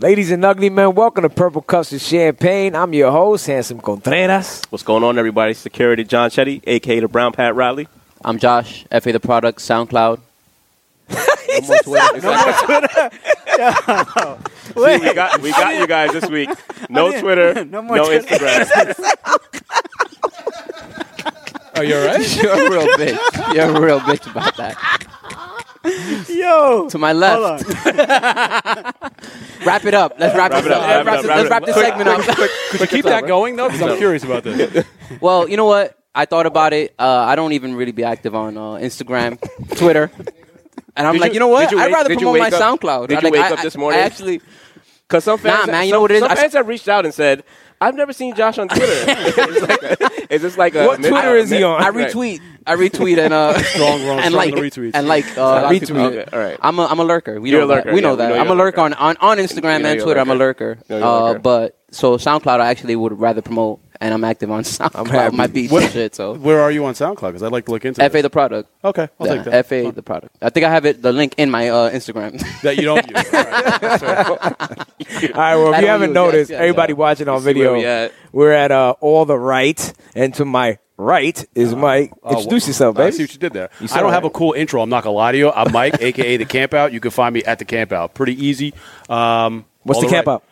Ladies and ugly men, welcome to Purple Cups of Champagne. I'm your host, Handsome Contreras. What's going on, everybody? Security John Chetty, aka the Brown Pat Riley. I'm Josh, FA the product, SoundCloud. He said something. See, we got we got you guys this week. No Twitter, no, No more Twitter. Instagram. Oh, you all right? You're a real bitch. You're a real bitch about that. Yo, To my hold on. left. Wrap it up. Let's wrap, Wrap this it up, wrap it Let's up, wrap this- Let's it wrap up. this Quick, segment up. But keep that going, though, because I'm curious about this. Well, you know what? I thought about it. Uh, I don't even really be active on uh, Instagram, Twitter, and I'm Did like, you- you know what? did you I'd wake- rather did you promote my wake up- SoundCloud. did I, you like, wake I- up this I- morning? I actually, Because some fans, Nah, man, you some- know what it is? Some I- fans have reached out and said, "I've never seen Josh on Twitter." It's like- Is this like a What Twitter I- is he on? I Right. retweet, I retweet, and uh, Strong, wrong, and strong like, retweets. and like, uh, a lot of people- Retweet. Okay, all right. I'm a, I'm a lurker. We You're know a lurker, That. We know yeah, we that. know I'm you're a a lurker, lurker. on on, on You Instagram know and you're a Twitter. I'm a lurker. lurker. You know you're a uh, lurker. but so SoundCloud, I actually would rather promote, and I'm active on SoundCloud. happy. My beats What- and shit. So Where are you on SoundCloud? Because I'd like to look into fa this. the product. Okay, I'll Yeah, take that. fa the product. I think I have it the link in my uh, Instagram. That you don't use. All right. Sorry. All right, well, if That you on haven't you, yes, noticed, yes, everybody yeah. watching on see where video, we at. we're at uh, All the Right, and to my right is Mike. Introduce yourself, uh, Oh, I baby. see what you did there. You saw I don't it. have a cool intro. I'm not gonna lie to you. I'm Mike, aka the Camp Out. You can find me at the Camp Out. Pretty easy. Um, What's all the camp right. up?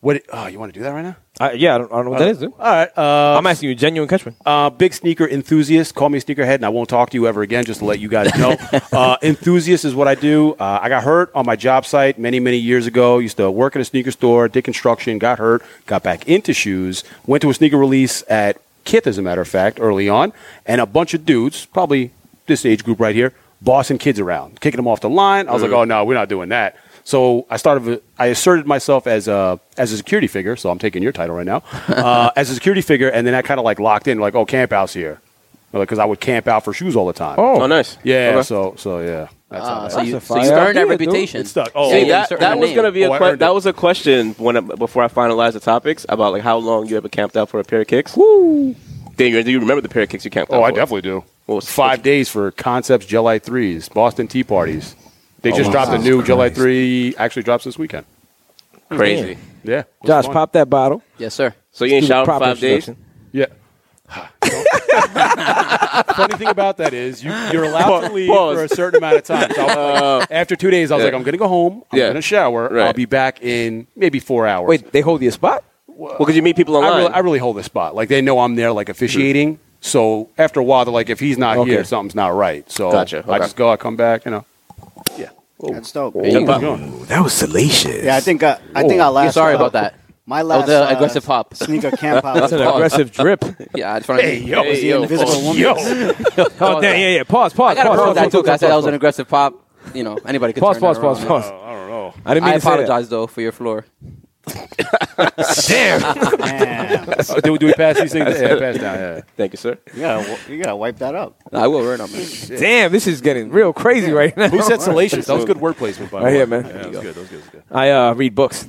What? Oh, you want to do that right now? Uh, yeah, I don't, I don't know what that is. dude. All right. Uh, I'm asking you, a genuine question. uh, big sneaker enthusiast. Call me sneakerhead, and I won't talk to you ever again. Just to let you guys know, uh, enthusiast is what I do. Uh, I got hurt on my job site many, many years ago. Used to work at a sneaker store, did construction, got hurt, got back into shoes, went to a sneaker release at Kith, as a matter of fact, early on, and a bunch of dudes, probably this age group right here, bossing kids around, kicking them off the line. I was like, oh no, we're not doing that. So I started. I asserted myself as a as a security figure. So I'm taking your title right now uh, as a security figure, and then I kind of like locked in, like, oh, camp house here, because I would camp out for shoes all the time. Oh. Oh, nice. yeah. Okay. So so yeah, that's how Ah, Uh, that so happened. you, That's a so you fire earned that idea, dude. repetition. It stuck. Yeah, Oh. See, you that, earned that a was name. gonna be a Oh, I que- earned that it. was a question when before I finalized the topics about like how long you ever camped out for a pair of kicks. Daniel, do you remember the pair of kicks you camped out? oh, I for? definitely do. Well, it's- Five days for concepts, July threes, Boston Tea parties. They Oh just dropped a new July three. Actually, drops this weekend. crazy. Yeah, it was Josh, fun. pop that bottle. Yes, sir. So you ain't Do the showered for proper five days. introduction. Yeah. Funny thing about that is you, you're allowed to leave Pause. for a certain amount of time. So I was like- after two days, I was Yeah. like, I'm going to go home. I'm Yeah. going to shower. I'll Right. be back in maybe four hours. Wait, they hold you a spot? Well, because you meet people online. I really, I really hold this spot. Like they know I'm there, like officiating. So after a while, they're like, if he's not Okay. here, something's not right. So Gotcha. I Okay. just go. I come back. You know. Yeah. that's dope. Jump up. Oh, that was salacious. Yeah, I think uh, I think I Yeah, last. sorry uh, about that. Oh, My last uh, the aggressive hop. sneaker camp That's out. an Pause. aggressive drip. Yeah, I just wanted to- yo, Hey, yo, Invisible woman. Oh, damn, yeah, yeah. Pause, pause, I gotta pause. promote pause, that too. 'cause I pause, said that was pause, an aggressive pop. You know, anybody could Pause, turn pause, that pause, around. pause. Oh, I don't know. I didn't mean I to say that. apologize though for your floor. Damn. Damn. Uh, do, do we pass these things? yeah, pass down. Yeah. Thank you, sir. You gotta, you gotta wipe that up. No, I will wear it on me. Damn, this is getting real crazy right now. Who said salacious? That was good word placement, by the Right way. here, man. Yeah, that was good. That was good. That was good. I uh, read books.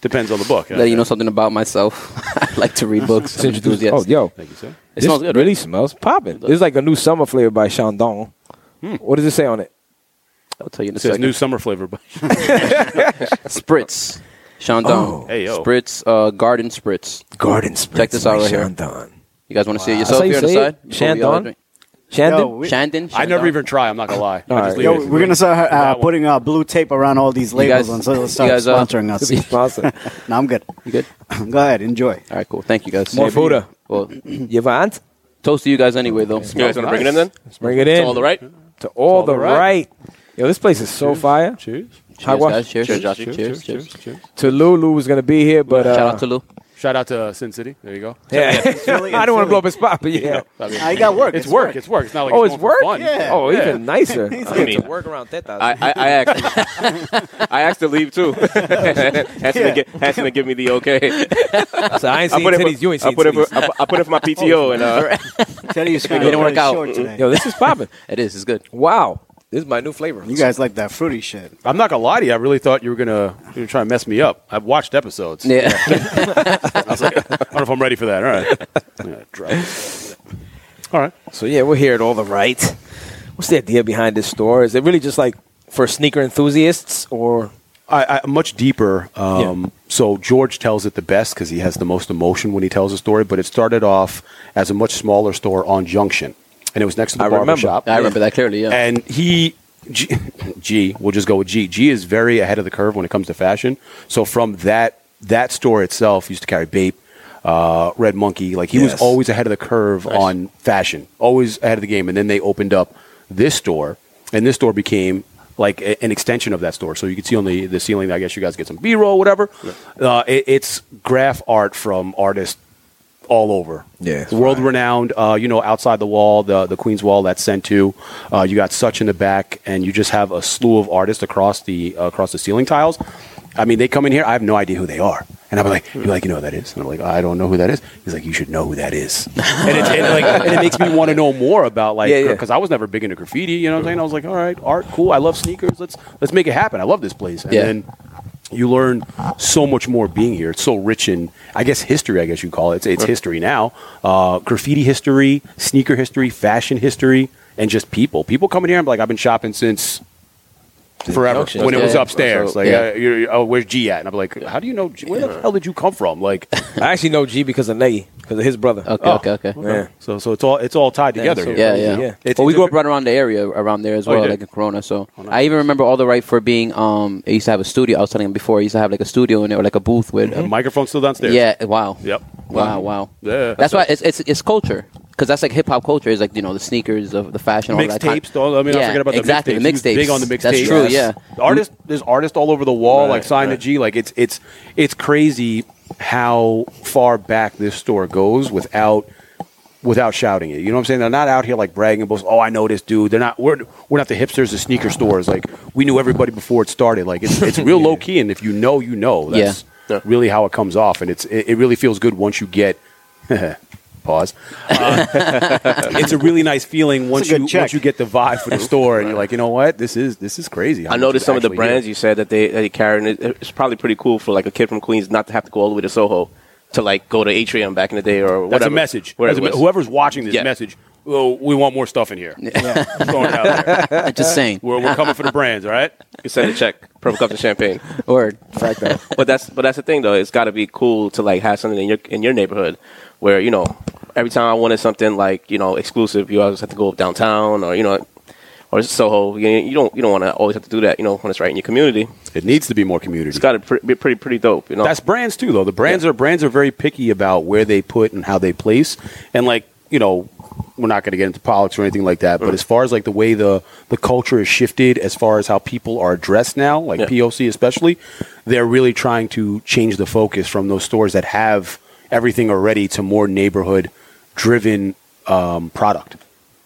Depends on the book. huh? Let you know something about myself. I like to read books. I'm an enthusiast. Oh, yo. Thank you, sir. It this smells good. really Really? smells popping. This is like a new summer flavor by Chandon. What does it say on it? I'll tell you in a It says second. new summer flavor. but- Spritz. Chandon. Oh. Hey, yo. Spritz, uh, garden spritz. Garden Spritz. Check this out by right here. Chandon. You guys want to see it That's how yourself you here on the say side? it? Chandon? Shandon? Yo, we- Shandon? I never even try. I'm not gonna lie. All I right. just leave Yo, it. we're gonna start uh, That one. putting uh, blue tape around all these guys- labels until they you start guys, uh, sponsoring to be us. sponsored. no, I'm good. You good? Go ahead, enjoy. All right, cool. Thank you guys. More Buddha. Well, You want? toast to you guys anyway, though. You guys want to bring it in nice. then? Let's bring it in. To all the right. To all, the right. right. Yo, this place is so fire. Cheers. Hi, Cheers, wa- guys. Cheers. Cheers, Josh. Cheers. Cheers. Cheers. To Lulu was gonna be here, but uh, Shout out to Lou. Shout out to uh, Sin City. There you go. Yeah, Philly- I don't want to Philly. blow up his spot, but yeah. I mean, I got work. it's work. It's work. It's not like Oh, it's, it's going work. for fun. Yeah. Oh, even nicer. I mean, work around that. I, I, I asked. I asked to leave too. Hanson to, get, Hanson to give me the okay. So I ain't I seen put it. titties. For, You ain't I seen put it. For, titties. I, put- I put it for my PTO and uh, Teddy is trying It to didn't work out. Short today. Yo, this is popping. It is. It's good. Wow, this is my new flavor. You guys like that fruity shit? I'm not gonna lie to you. I really thought you were gonna you were trying to mess me up. I've watched episodes. Yeah. I was like, I don't know if I'm ready for that. All right. Yeah, dry. All right. So yeah, we're here at all the right. What's the idea behind this store? Is it really just like for sneaker enthusiasts or I, I, much deeper. Um, So George tells it the best because he has the most emotion when he tells a story. But it started off as a much smaller store on Junction, and it was next to the I barber remember. shop. I remember that clearly. Yeah. And he, G, G, we'll just go with G. G is very ahead of the curve when it comes to fashion. So from that that store itself, he used to carry Bape, uh, Red Monkey. Like he was Yes. always ahead of the curve on fashion, always ahead of the game. And then they opened up this store, and this store became like a- an extension of that store. So you can see on the, the ceiling, I guess you guys get some B roll, whatever. Uh, it, it's graph art from artists all over. Yeah. world renowned. Uh, you know, outside the wall, the the Queen's Wall that's sent to. Uh, you got such in the back, and you just have a slew of artists across the uh, across the ceiling tiles. I mean, they come in here. I have no idea who they are, and I'm like, you're like, you know who that is, and I'm like, I don't know who that is. He's like, you should know who that is, and, it's, and, like, and it makes me want to know more about like, Yeah, yeah. because I was never big into graffiti. You know what I'm saying? I was like, all right, art, cool. I love sneakers. Let's let's make it happen. I love this place. And Yeah. then you learn so much more being here. It's so rich in, I guess, history. I guess you call it. It's, it's history now. Uh, graffiti history, sneaker history, fashion history, and just people. People coming here. I'm like, I've been shopping since forever Junction. when it was Yeah. upstairs. So- Like, Yeah. uh, you're, you're, oh, where's G at? And I'm like, how do you know? G? Where the hell did you come from? Like, I actually know G because of Nagy because of his brother. okay, okay, okay. Yeah. oh. so so it's all it's all tied together. here, Yeah, you yeah. know? Yeah. It's- well, we it's a grew up ver- right around the area around there as you well, did? Oh, like in Corona. So I even remember all the right for being. Um, I used to have a studio. I was telling him before. I used to have like a studio in it or like a booth with. The um, microphone's still downstairs. yeah. Wow. Mm-hmm. Yep. Mm-hmm. Wow. Wow. Yeah. That's why it's it's, it's culture because that's like hip hop culture is like you know the sneakers, the, the fashion, all that. kind- Mixtapes. though. I mean, I Yeah, forget about exactly, the the mixtapes. He mixtapes. was Big on the mixtapes. That's true, yeah. The artist, there's artists all over the wall, like sign the G. Like it's it's it's crazy how far back this store goes without without shouting it. You know what I'm saying? They're not out here like bragging about, oh, I know this dude. They're not. We're we're not the hipsters, the sneaker stores. Like we knew everybody before it started. Like it's it's real low key, and if you know, you know. That's Yeah. really how it comes off, and it's it, it really feels good once you get. Pause. Uh, it's a really nice feeling once good you check. once you get the vibe for the store, and you're like, you know what, this is this is crazy. how I much noticed is some of the actually brands here." you said that they that they carry, and it, it's probably pretty cool for like a kid from Queens not to have to go all the way to Soho to like go to Atrium back in the day or whatever. That's a message. Where That's it a me- was. whoever's watching this Yeah. message, well, we want more stuff in here. Yeah. Throwing it out there. I'm just saying. We're, we're coming for the brands, all right? you send a check, purple cups of champagne. Word. Fact that. But that's but that's the thing though. It's got to be cool to like have something in your in your neighborhood where you know every time I wanted something like you know exclusive, you always have to go up downtown or you know or Soho. You, you don't you don't want to always have to do that. You know when it's right in your community, It needs to be more community. it's got to pr- be pretty pretty dope. You know That's brands too, though. The brands are brands are very picky about where they put and how they place, and like you know, we're not going to get into politics or anything like that. Mm. But as far as like the way the the culture is shifted, as far as how people are dressed now, like Yeah. POC especially, they're really trying to change the focus from those stores that have everything already to more neighborhood driven um, product.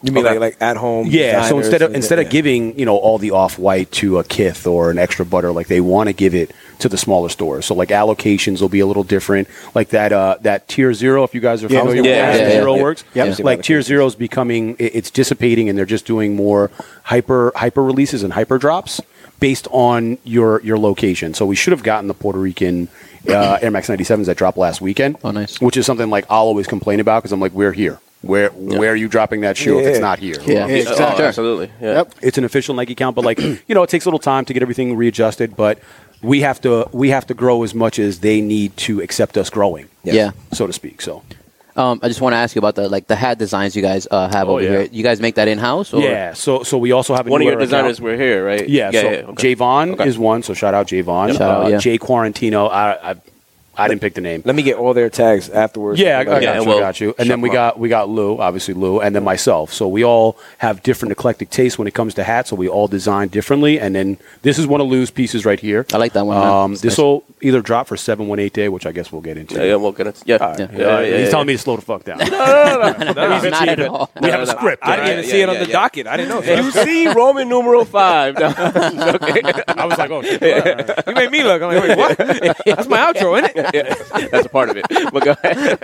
You mean Okay. like like at home? Yeah. So designers instead of and- instead of yeah. giving you know all the off white to a Kith or an extra butter, like they want to give it to the smaller stores. So like allocations will be a little different. Like that uh, that tier zero, if you guys are Yeah, I was familiar gonna with say that. how tier Yeah, zero yeah, yeah. works, Yep. It's like tier zero is becoming it- it's dissipating, and they're just doing more hyper hyper releases and hyper drops based on your your location. So we should have gotten the Puerto Rican. Uh, Air Max 97s that dropped last weekend. Oh, nice. Which is something like I'll always complain about because I'm like, we're here. Where where are you dropping that shoe if it's Yeah. not here? Yeah. Yeah, Oh, exactly. absolutely. Yeah. Yep. it's an official Nike account, but like you know, it takes a little time to get everything readjusted. But we have to we have to grow as much as they need to accept us growing, Yeah. so to speak. So Um, I just want to ask you about the like the hat designs you guys uh, have Oh, over yeah. here. You guys make that in house? yeah, so so we also have a One of new your era designers account. were here, right? Yeah, so okay. Javon Okay. is one. So shout out Javon, Shout out, uh, yeah. Jay Quarantino. I, I I didn't pick the name. Let me get all their tags afterwards. Yeah, I, I Like, got Yeah, you. I well, got you. And shut then we up. got we got Lou, obviously Lou, and then myself. So we all have different eclectic tastes when it comes to hats. So we all design differently. And then this is one of Lou's pieces right here. I like that one, man. Um, It's this nice. will either drop for seven one eight day, which I guess we'll get into. Yeah, yeah, we'll get it. Yeah. Yeah, yeah. yeah, yeah, he's telling me to slow the fuck down. Or? Not at all. we have a script. I didn't right? even yeah, see it on yeah, the yeah. docket. I didn't know. You see Roman numeral five. I was like, oh, shit. all right, all right. you made me look. I'm like, wait, what? That's my outro, isn't it? That's a part of it. But go ahead.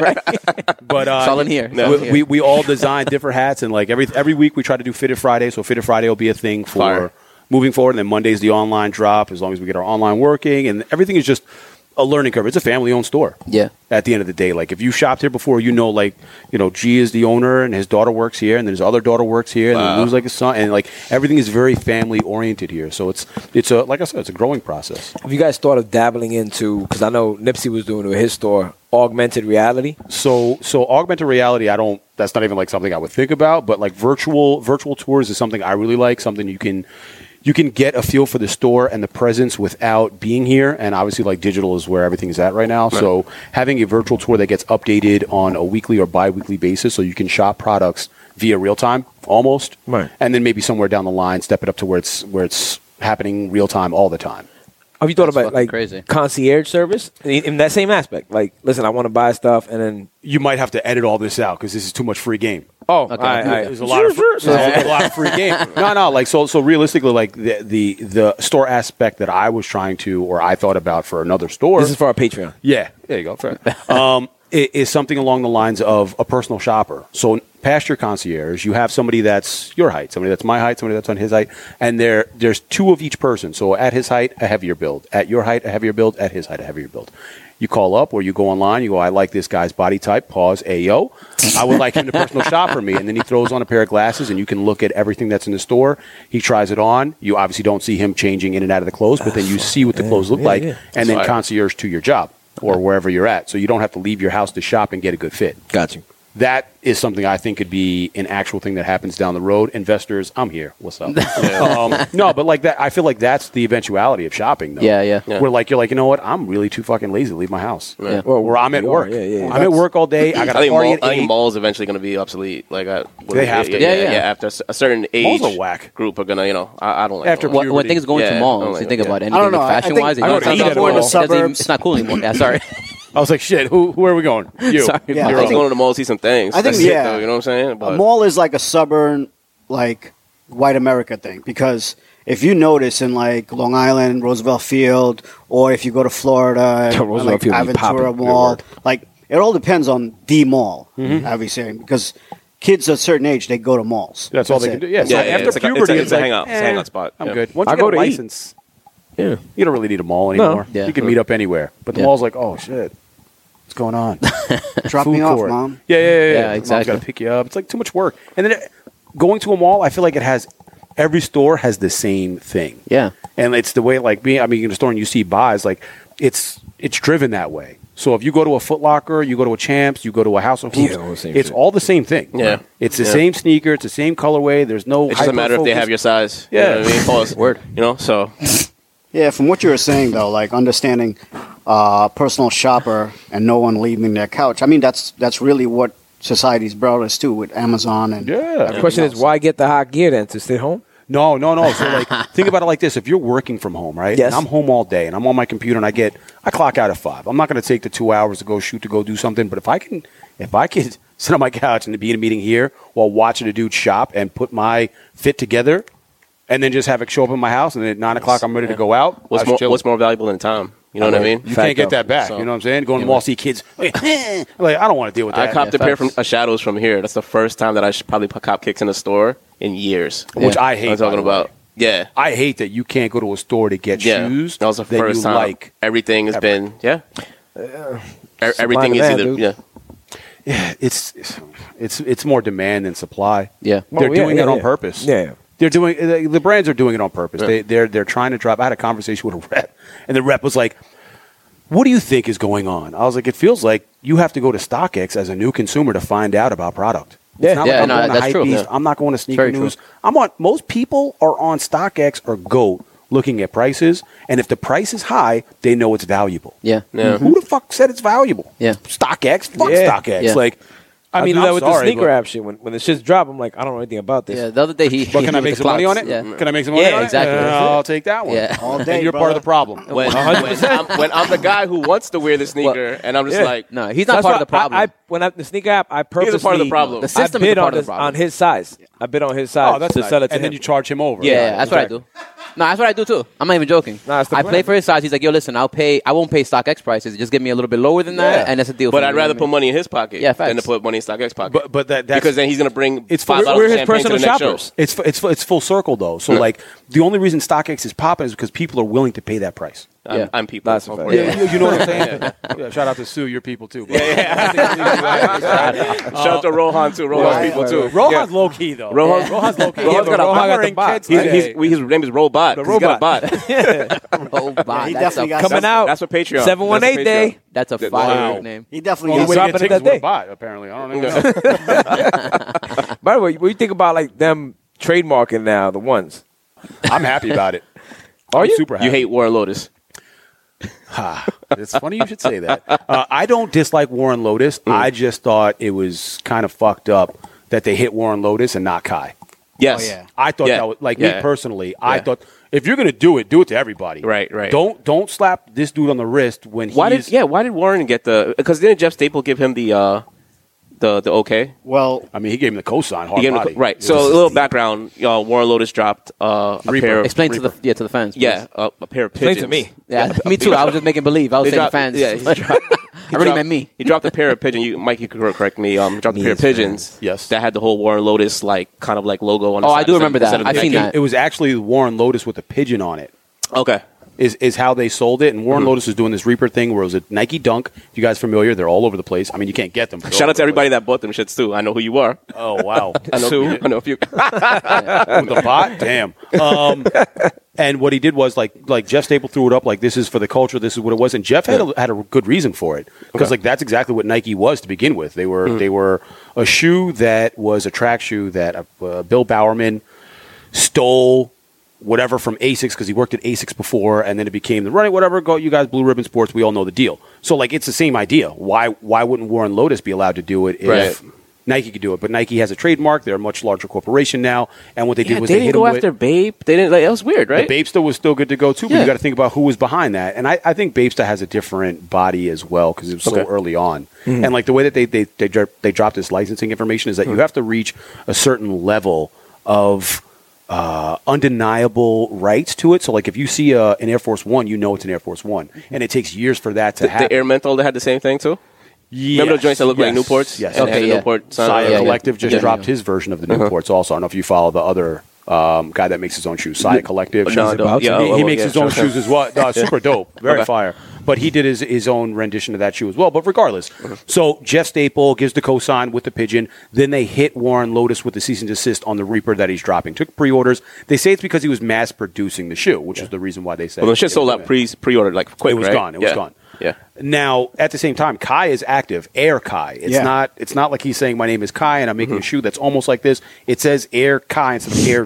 but uh, It's all in here. It's we- all in here. We, we all design different hats, and like every every week we try to do Fitted Friday. So Fitted Friday will be a thing for Fire. moving forward, and then Monday's the online drop. As long as we get our online working, and everything is just a learning curve. It's a family-owned store. Yeah. At the end of the day, like if you shopped here before, you know, like you know, G is the owner, and his daughter works here, and then his other daughter works here, and then Lou's like a son, and like everything is very family-oriented here. So it's it's a like I said, it's a growing process. Have you guys thought of dabbling into? Because I know Nipsey was doing it with his store augmented reality. So so augmented reality, I don't. That's not even like something I would think about. But like virtual virtual tours is something I really like. Something you can you can get a feel for the store and the presence without being here. And obviously, like digital is where everything is at right now. So having a virtual tour that gets updated on a weekly or bi-weekly basis, so you can shop products via real time almost. Right. And then maybe somewhere down the line, step it up to where it's where it's happening real time all the time. Have you thought That's about fucking like crazy. concierge service in, in that same aspect? Like, listen, I want to buy stuff, and then You might have to edit all this out because this is too much free game. oh, Okay. all right, all right. There's a lot of free, there's a lot of free game. No, no, like so. So realistically, like the, the the store aspect that I was trying to, or I thought about for another store. This is for our Patreon. yeah. There you go. Fair. um, i- is something along the lines of a personal shopper. So past your concierge, you have somebody that's your height, somebody that's my height, somebody that's on his height, and there there's two of each person. So at his height, a heavier build. At your height, a heavier build. At his height, a heavier build. You call up or you go online. You go, I like this guy's body type. Pause. Ayo, I would like him to personal shop for me. And then he throws on a pair of glasses, and you can look at everything that's in the store. He tries it on. You obviously don't see him changing in and out of the clothes, but then you see what the clothes look Ah, Yeah, like, yeah. and then Right. concierge to your job or wherever you're at. So you don't have to leave your house to shop and get a good fit. Got you. That is something I think could be an actual thing that happens down the road. Investors, I'm here. What's up? um, no, but like that, I feel like that's the eventuality of shopping, though. Yeah, yeah. Yeah. Where like you're like, you know what? I'm really too fucking lazy to leave my house. Yeah. Or where I'm at you are. work. Yeah, yeah, yeah. I'm at work all day. I got I a think, party mall, at I think eight. malls eventually going to be obsolete. Like I, what- They have yeah, to. Yeah, Yeah, yeah, yeah. After a cer- a certain age, Malls are whack. group are gonna, you know, I, I don't like After malls. When, when puberty. things going Yeah, to I don't malls, like you think it. about I anything don't know. I- I fashion think- wise. I don't eat at all. Suburbs. It's not cool anymore. Yeah, sorry. I was like, shit. Who, where are we going? You. Sorry. You're I up. Yeah, think going to the mall see some things. I think- That's it, yeah. though, you know what I'm saying? But a mall is like a suburban, like white America thing because if you notice in like Long Island, Roosevelt Field, or if you go to Florida, Yeah, Roosevelt like Field be popping. Aventura Good Mall, word. like it all depends on the mall, Mm-hmm. obviously, because kids at a certain age they go to malls. That's all they it. can do. Yeah. so Yeah, like yeah, after it's like a- it's puberty, a- it's a like, hangout- it's a eh, hangout spot. I'm Yeah. good. Once I you go get a to eat. license, Yeah. you don't really need a mall anymore. Yeah. You can meet up anywhere. But the Yeah. mall's like, oh shit, what's going on? Drop Food me off, court. mom. Yeah, yeah, yeah. yeah. Yeah, exactly. Got to pick you up. It's like too much work. And then uh, going to a mall, I feel like it has every store has the same thing. Yeah. And it's the way like me. I mean, in the store and you see buys like it's it's driven that way. So if you go to a Foot Locker, you go to a Champs, you go to a House of Hoops, Yeah, all the same it's shit. all the same thing. Yeah. it's the Yeah. same sneaker, it's the same colorway. There's no. it doesn't matter if they have your size. You Yeah. know what I mean? Pause. Word. You know, so Yeah, from what you were saying though, like understanding uh, personal shopper and no one leaving their couch. I mean, that's that's really what society's brought us to with Amazon and Yeah. The question is, why get the hot gear then to sit home? No, no, no. So like, think about it like this: if you're working from home, right? Yes. And I'm home all day, and I'm on my computer, and I get I clock out at five. I'm not going to take the two hours to go shoot to go do something. But if I can, if I can sit on my couch and be in a meeting here while watching a dude shop and put my fit together, and then just have it show up in my house, and then at nine o'clock I'm ready to go out. what's I was more, chilling. what's more valuable than time? You know what I mean? You can't get that back. So- You know what I'm saying? Going to the mall, see kids. Like, I don't want to deal with that. I copped Yeah, a pair from facts. uh, Shadows from here. That's the first time that I should probably cop kicks in a store in years. Which I hate, I'm talking by the way. about. Yeah. I hate that you can't go to a store to get Yeah. shoes That was the that first you time. like. everything has ever. Uh, been, yeah. E- Supply and everything is demand, either, dude. yeah. it's it's it's more demand than supply. Yeah. they're Oh, yeah, doing yeah, that on yeah. purpose. Yeah. They're doing the- the brands are doing it on purpose. Yeah. They, they're they're trying to drop. I had a conversation with a rep, and the rep was like, "What do you think is going on?" I was like, "It feels like you have to go to StockX as a new consumer to find out about product." Yeah. it's not Yeah, like I'm no, going to that's true. Hypebeast. Yeah. I'm not going to sneaker Very true. news. I'm on. Most people are on StockX or Go looking at prices, and if the price is high, they know it's valuable. Yeah. Yeah. Who the fuck said it's valuable? Yeah. StockX, fuck Yeah. StockX. Yeah. Like, I, I mean, do that I'm with sorry, the sneaker but- app shit. When when the shit's drop, I'm like, I don't know anything about this. Yeah. The other day he. But he can I hit make the some money on clocks. it? Mm. Yeah. Can I make some money Yeah, on it? exactly. Uh, I'll take that one. Yeah. All And day, you're part brother. of the problem. When, when, I'm, when I'm the guy who wants to wear the sneaker, and I'm just Yeah. like, No, he's That's not part of why the problem. I, I, when I, the sneaker app, I purposely a part of the problem. The system I is bid a on, part of his, the problem. on his size. I bid on his size oh, that's to nice. sell it to and him. then you charge him over. Yeah, Right. yeah, that's what I do. No, that's what I do too. I'm not even joking. Nah, it's the I plan. play for his size. He's like, "Yo, listen, I'll pay. I won't pay stock X prices. Just give me a little bit lower than that, Yeah. and that's a deal." for but me, I'd you know rather what I put mean? money in his pocket Yeah, than to facts. put money in StockX pocket. But but that that's, because then he's going to bring It's- five we're- dollars we're his champagne personal to the next show. shoppers. Hmm. it's fu- it's fu- it's full circle though. So like the only reason StockX is popping is because people are willing to pay that price. I'm, Yeah. I'm people. That's a of fact. course. Yeah, you, you know what I'm saying? Yeah, shout out to Sue, your people too. bro. Shout out to Rohan too. Rohan's right, people right, too. right. Rohan's low key though. Rohan- Rohan's low key. Rohan's got a Rohan bot. wearing kids He's, today. he's, we- his name is Robot. The He's got a robot. bot. Robot. he Oh, that's, definitely a, got Coming some- out. That's for Patreon. Seven one That's eight for day. that's a fire Wow. name. He definitely Only got way some. to dropping get it tickets that day. was a bot, apparently. I don't know. By the way, what do you think about like them trademarking now the ones? I'm happy about it. Are I'm you? super Patreon. happy? You hate Warren Lotus. it's funny you should say that. Uh, I don't dislike Warren Lotus. I just thought it was kind of fucked up that they hit Warren Lotus and not Kai. Yes. Oh, yeah. I thought Yeah. that was like Yeah. me personally. I Yeah. thought if you're gonna do it, do it to everybody. Right, right. Don't don't slap this dude on the wrist when Why he's did yeah? Why did Warren get the? Because didn't Jeff Staple give him the uh, the the okay? Well, I mean, he gave him the cosign. Hard He gave him the- body. right. It So a was- little background. Uh, Warren Lotus dropped uh, a Reaper. pair. Of, Explain to the yeah to the fans. please. yeah, a, a pair of Explain pigeons. to me. yeah, me too. I was just making believe. I was They saying dropped- the fans. yeah, he dropped- I really dropped- meant me. He dropped a pair of pigeons. You, Mike, you could correct me. Um, dropped a Me pair of as fans. pigeons. Yes. that had the whole Warren Lotus like kind of like logo on. the Oh, I side do instead- remember that. instead of the I've seen Nike. that. It was actually Warren Lotus with a pigeon on it. Okay. Is, is how they sold it, and Mm-hmm. Warren Lotus was doing this Reaper thing where it was a Nike Dunk. If you guys familiar, they're all over the place. I mean, you can't get them. but they're all Shout over out to the place. everybody that bought them shits too. I know who you are. Oh wow, I know, I know if you. with the pot. Damn. Um, and what he did was like like Jeff Staple threw it up like this is for the culture. This is what it was. And Jeff had a, had a good reason for it because like that's exactly what Nike was to begin with. They were they were a shoe that was a track shoe that uh, Bill Bowerman stole whatever from Asics because he worked at Asics before, and then it became the running whatever. Go, you guys, Blue Ribbon Sports. We all know the deal. So like, it's the same idea. Why why wouldn't Warren Lotus be allowed to do it if Right. Nike could do it? But Nike has a trademark. They're a much larger corporation now, and what they did was they, hit him with, Babe. They didn't. Like, that was weird, the Babesta was still good to go too, but Yeah. you got to think about who was behind that. And I, I think Babesta has a different body as well because it was Okay. Mm-hmm. so early on. And like the way that they they they, dro- they dropped this licensing information is that you have to reach a certain level of uh, undeniable rights to it. So like if you see uh, an Air Force One, you know it's an Air Force One, and it takes years for that to Mm-hmm. the, happen. the Air Menthol that had the same thing too. Remember Yes, the joints that look like yes, Newports? Yes. And they had Okay, the yeah. Newport sign. Sire yeah, yeah. Collective just Yeah. dropped his version of the Uh-huh. Newports. Also, I don't know if you follow the other um, guy that makes his own shoes, Sire Collective. No, I don't. Yeah, he, oh, he oh, makes yeah, his own sure, sure. shoes as well. Uh, super dope, very Okay. fire. But he did his, his own rendition of that shoe as well. But regardless, so Jeff Staple gives the cosign with the pigeon. Then they hit Warren Lotus with the cease and desist on the Reaper that he's dropping. Took pre-orders. They say it's because he was mass producing the shoe, which is the reason why they said Well, the shit sold out pre pre ordered like quick. It was right? gone. It was Yeah. gone. Yeah. Now, at the same time, Kai is active. Air Kai. It's Yeah. not. It's not like he's saying my name is Kai and I'm making Mm-hmm. a shoe that's almost like this. It says Air Kai instead of Air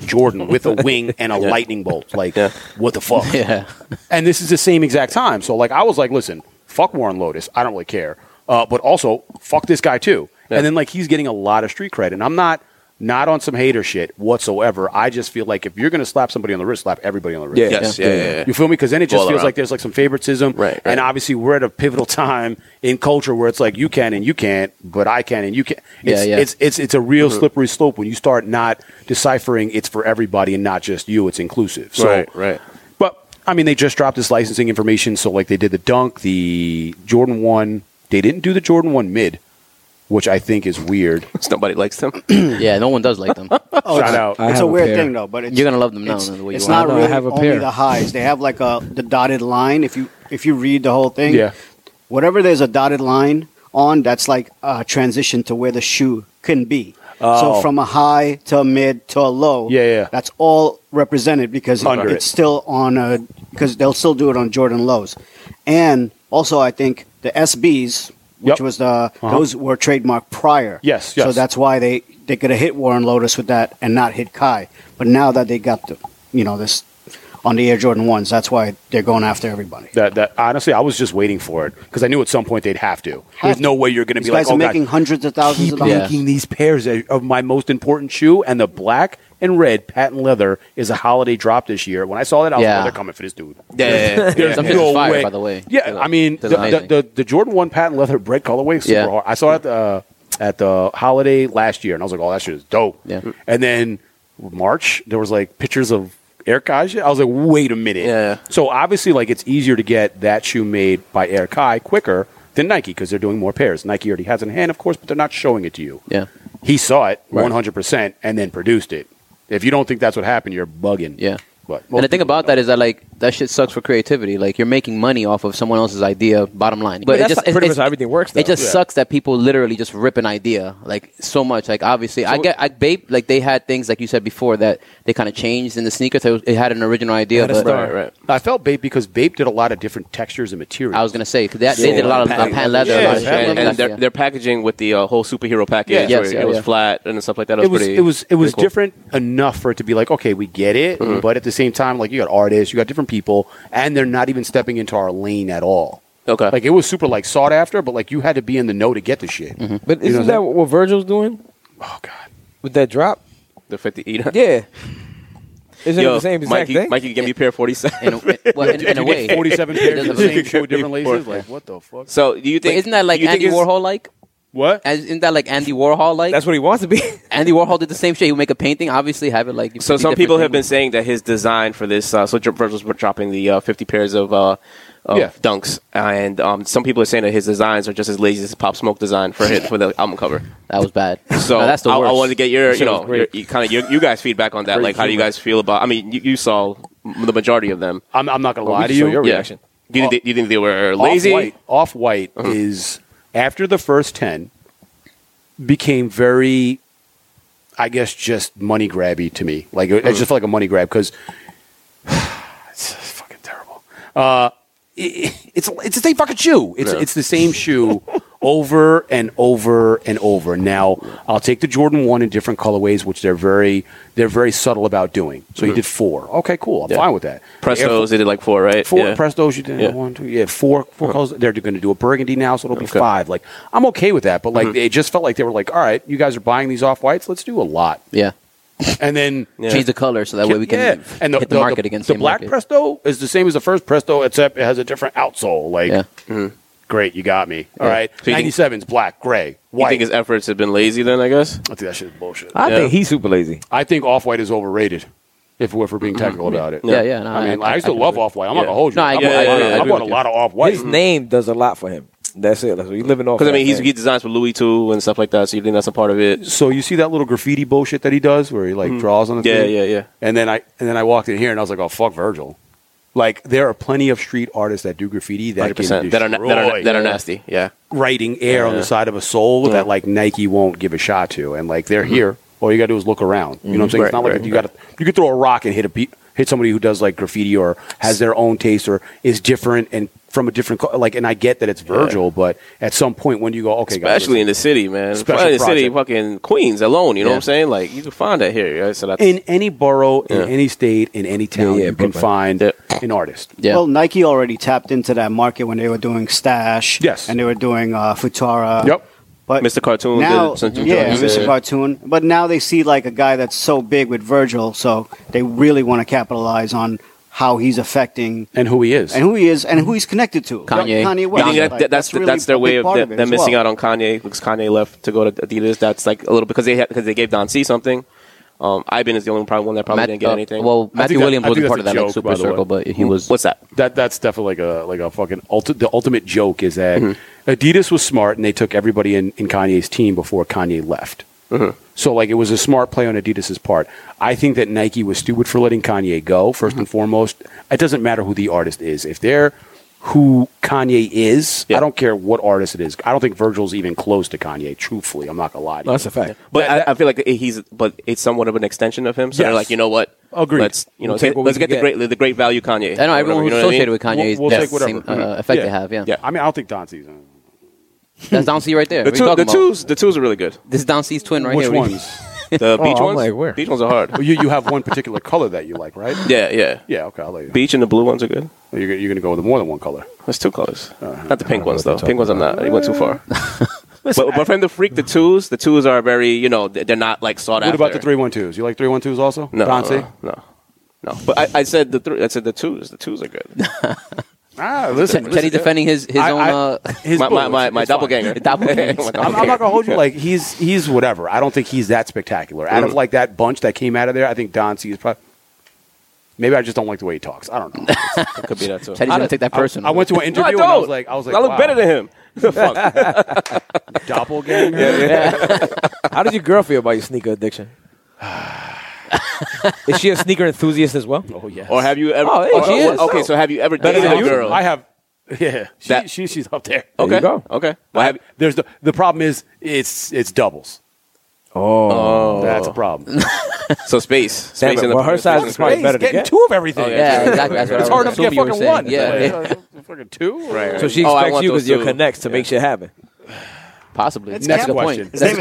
Jordan with a wing and a lightning bolt. Like Yeah. what the fuck? Yeah. And this is the same exact time. So like I was like, listen, fuck Warren Lotus. I don't really care. Uh, but also fuck this guy too. Yeah. And then like he's getting a lot of street credit. And I'm not not on some hater shit whatsoever. I just feel like if you're gonna slap somebody on the wrist, slap everybody on the wrist. Yeah. Yes. Yeah. Yeah. yeah, You feel me? Because then it just All feels around. like there's like some favoritism, Right, right. And obviously, we're at a pivotal time in culture where it's like you can and you can't, but I can and you can. It's, Yeah, yeah. It's it's it's a real slippery slope when you start not deciphering. It's for everybody and not just you. It's inclusive. So, Right, right. But I mean, they just dropped this licensing information. So like they did the dunk, the Jordan one. They didn't do the Jordan one mid, which I think is weird. Nobody likes them. yeah, no one does like them. oh, Shout it's, out. I it's have a a weird pair. thing though. But it's, You're gonna love them now. It's, the way you it's are. not No, I really have a only pair. the highs. They have like a the dotted line. If you if you read the whole thing, Yeah. Whatever there's a dotted line on, that's like a transition to where the shoe can be. Oh. So from a high to a mid to a low. Yeah, yeah. That's all represented because Under it's it. still on a because they'll still do it on Jordan lows, and also I think the SBs. Which Yep. was the Uh-huh. those were trademarked prior. Yes, So yes. that's why they they could have hit Warren Lotus with that and not hit Kai. But now that they got the you know this on the Air Jordan ones, that's why they're going after everybody. That, that honestly, I was just waiting for it because I knew at some point they'd have to. There's Have no to. way you're going to These be guys like, oh, are God, making hundreds of thousands keep of dollars. making these pairs of of my most important shoe, and the black and red patent leather is a holiday drop this year. When I saw that, I was like, Yeah. "Oh, they're coming for this dude. Yeah. yeah, yeah, yeah. There's Some no shit is fire, way. by the way. Yeah, I mean, They're the, the, amazing. the, the Jordan 1 patent leather red colorway is super Yeah. hard. I saw it at the, uh, at the holiday last year, and I was like, oh, that shit is dope. Yeah. And then March, there was like pictures of Air Kai shit. I was like, wait a minute. Yeah. So obviously, like, it's easier to get that shoe made by Air Kai quicker than Nike because they're doing more pairs. Nike already has it in hand, of course, but they're not showing it to you. yeah, He saw it Right. 100% and then produced it. If you don't think that's what happened, you're bugging. Yeah. But and the thing about that is that like that shit sucks for creativity. Like you're making money off of someone else's idea. Bottom line, But it that's just- how- pretty it's- much how everything works, It though. just Yeah. sucks that people literally just rip an idea like so much. Like obviously, I get I babe like they had things like you said before that they kind of changed in the sneakers. It, was- it had an original idea, Had a but star. Right, right. I felt Bape because Bape did a lot of different textures and materials. I was gonna say 'cause that, they did a lot of Yeah. uh, patent leather, a lot of Yeah, and, shit. like and that, their, yeah. their packaging with the uh, whole superhero package, Yeah. where Yes, yeah, it was yeah. flat and stuff like that. it was pretty, it was it was pretty cool. different enough for it to be like okay we get it but at the same time like you got artists you got different people and they're not even stepping into our lane at all Okay. like it was super like sought after but like you had to be in the know to get the shit But You know isn't what that I'm what Virgil's doing oh god with that drop? The fifty. You know? Yeah. Isn't it Yo, the same exact Mikey, thing? Mikey, give me a pair of forty-seven. in a, well, in, in a way, 47 It pairs doesn't of the same really- shoe different Four. laces like what the fuck So do you But think isn't that like you think Andy it's- Warhol like? what Isn't that like Andy Warhol like? That's what he wants to be. Andy Warhol did the same shit. He would make a painting, obviously have it like. you So see some different people have been things. saying that his design for this, uh, so Dr- Virgil's dropping the uh, 50 pairs of, uh, of Yeah. dunks, and um, some people are saying that his designs are just as lazy as Pop Smoke design for his, for the album cover. that was bad. So No, that's the I, worst. I wanted to get your, you shit was know, great. your, you kind of your, you guys feedback on that. Great like, how do you humor. guys feel about? I mean, you, you saw m- the majority of them. I'm, I'm not gonna Well, we lie to just saw you your Yeah. reaction. Do you, think they, you think they were lazy? Off-white, off-white Uh-huh. is after the first ten became very, I guess, just money grabby to me. Like it, it Uh-huh. just felt like a money grab because it's just fucking terrible. Uh, it, it's it's the same fucking shoe. It's Yeah. it's the same shoe over and over and over. Now I'll take the Jordan one in different colorways, which they're very they're very subtle about doing. So he did four. Okay, cool. I'm Mm-hmm. Yeah. fine with that. The Air Force- Prestos, they did like four, right? Four Yeah. Prestos, you did Yeah. one, two, yeah, four, four Uh-huh. colors. They're going to do a burgundy now, so it'll be Okay. five. Like I'm okay with that, but like Mm-hmm. it just felt like they were like, all right, you guys are buying these off whites, let's do a lot, yeah. and then Yeah. change the color so that way we can and the, hit the, market the, again. The same black market. Presto is the same as the first Presto, except it has a different outsole. Like, Yeah. great, you got me. All Yeah. right, So you think- 97's black, gray, You white. think his efforts have been lazy? Then I guess. I think that shit is bullshit. I Yeah. think he's super lazy. I think off white is overrated. If we're, if we're being technical about it, Mm-hmm. Yeah, yeah, no, I, I- mean, I- I, used to I can love agree. off white. I'm Yeah. not gonna hold you. No, I I, agree- bought, yeah, yeah, I I, agree bought a with lot of off white. His name does a lot for him. That's it. That's what he's living off. Because I of mean, that he's, name. he designs for Louis too and stuff like that. So you think that's a part of it? so you see that little graffiti bullshit that he does where he like draws on the Mm-hmm. Yeah, thing? yeah, yeah. And then I and then I walked in here and I was like, oh fuck Virgil. Like there are plenty of street artists that do graffiti that Hundred percent. can That are na- that are destroy. that are nasty. Yeah. writing air Yeah. on Mm-hmm. the side of a soul Yeah. that like Nike won't give a shot to, and like they're here. All you gotta do is look around. You know what I'm saying? it's Mm-hmm. Right, not like right, you gotta you could throw a rock and hit a pe- hit somebody who does like graffiti or has their own taste or is different and from a different co- like. And I get that it's Virgil, but at some point when you go, okay, guys, Especially in the city, man. Special Especially in the city, project. fucking Queens alone. You know Yeah. what I'm saying? Like you can find that here. Right? So that's in any borough, in Yeah. any state, in any town, yeah, you Brooklyn. can find Yeah. an artist. Yeah. Well, Nike already tapped into that market when they were doing Stash. Yes. And they were doing uh, Futara. Yep. But Mr. Cartoon. now, did some Jim yeah, Jones, Mr. Cartoon. But now they see like a guy that's so big with Virgil, so they really want to capitalize on how he's affecting And who he is. and who he is and who he's connected to. Kanye. Kanye You You West. think that, Like, that- that's the- really that's their a way big of part them, it them as missing well. out on Kanye because Kanye left to go to Adidas. That's like a little because they had, because they gave Don C something. Um, Ivan is the only probably one that probably Matt- didn't get uh, anything. Well, I think Matthew that- Williams I think wasn't part of that's that a like joke, super by the way. circle, but he was. what's that? That that's definitely like a like a fucking ulti- the ultimate joke is that Mm-hmm. Adidas was smart and they took everybody in, in Kanye's team before Kanye left. Mm-hmm. So like it was a smart play on Adidas's part. I think that Nike was stupid for letting Kanye go 1st Mm-hmm. and foremost. It doesn't matter who the artist is if they're who Kanye is. Yeah. I don't care what artist it is. I don't think Virgil's even close to Kanye. Truthfully, I'm not gonna lie to you. No, that's a fact. But I, I feel like he's, but it's somewhat of an extension of him. So they're Yes. like, you know what? Agreed. Let's you know, We'll take get- what we let's can get, the get. great the great value Kanye. I know or everyone whatever, you who's know what I mean? associated with Kanye is We'll- we'll that's take whatever. same uh, effect they have. Yeah. Yeah, I mean I don't think Dante's. that's Don C right there. The, What are you two, the talking about? twos, the twos are really good. This is Don C's twin right Which here. What are you- ones? The beach Oh, I'm ones, like, where? beach ones are hard. Well, you you have one particular color that you like, right? Yeah, yeah. Yeah. Okay, I'll let you. Beach and the blue ones are good. You're, gonna- you're going to go with more than one color. That's two colors. Uh-huh. not the pink what ones though. they're Pink ones, I'm not. It went too far. but, but from the freak, the twos, the twos are very. You know, th- they're not like sought What after. about the three one twos? You like three one twos also? No, Uh, Dante? no, no, no. But I, I said the three. I said the twos. The twos are good. Ah, listen, Teddy defending his his I- own. I- uh, his my, my, bullets. my, my It's fine. doppelganger. Doppelganger. My I'm, I'm not gonna hold you. Like he's he's whatever. I don't think he's that spectacular. Mm. Out of like that bunch that came out of there, I think Dante is probably. Maybe I just don't like the way he talks. I don't know. It could be that too. Teddy's gonna take that person. I went to an No, I interview don't. and I was like, I was like, look wow, better than him. The fuck? doppelganger. How does your girl feel about your sneaker addiction? Is she a sneaker enthusiast as well? Oh yes. Or have you ever? Oh, yeah, or- she or- is. Okay, so have you ever dated than a you. girl? I have. Yeah, she, That- she, she's up there. There okay, you go. okay. Well, I have, there's the the problem is it's it's doubles. Oh, That's a problem. so space, space Damn it. in the Well, her in the size prison is probably crib. better to getting get. two of everything. Oh, yeah, Yeah, exactly. That's what It's I hard was to get assuming you were fucking saying. one. Yeah, yeah. Fucking two. Right, right. so she Oh, I expects want you because those you're two. connects to make shit happen. possibly. It's That's a Next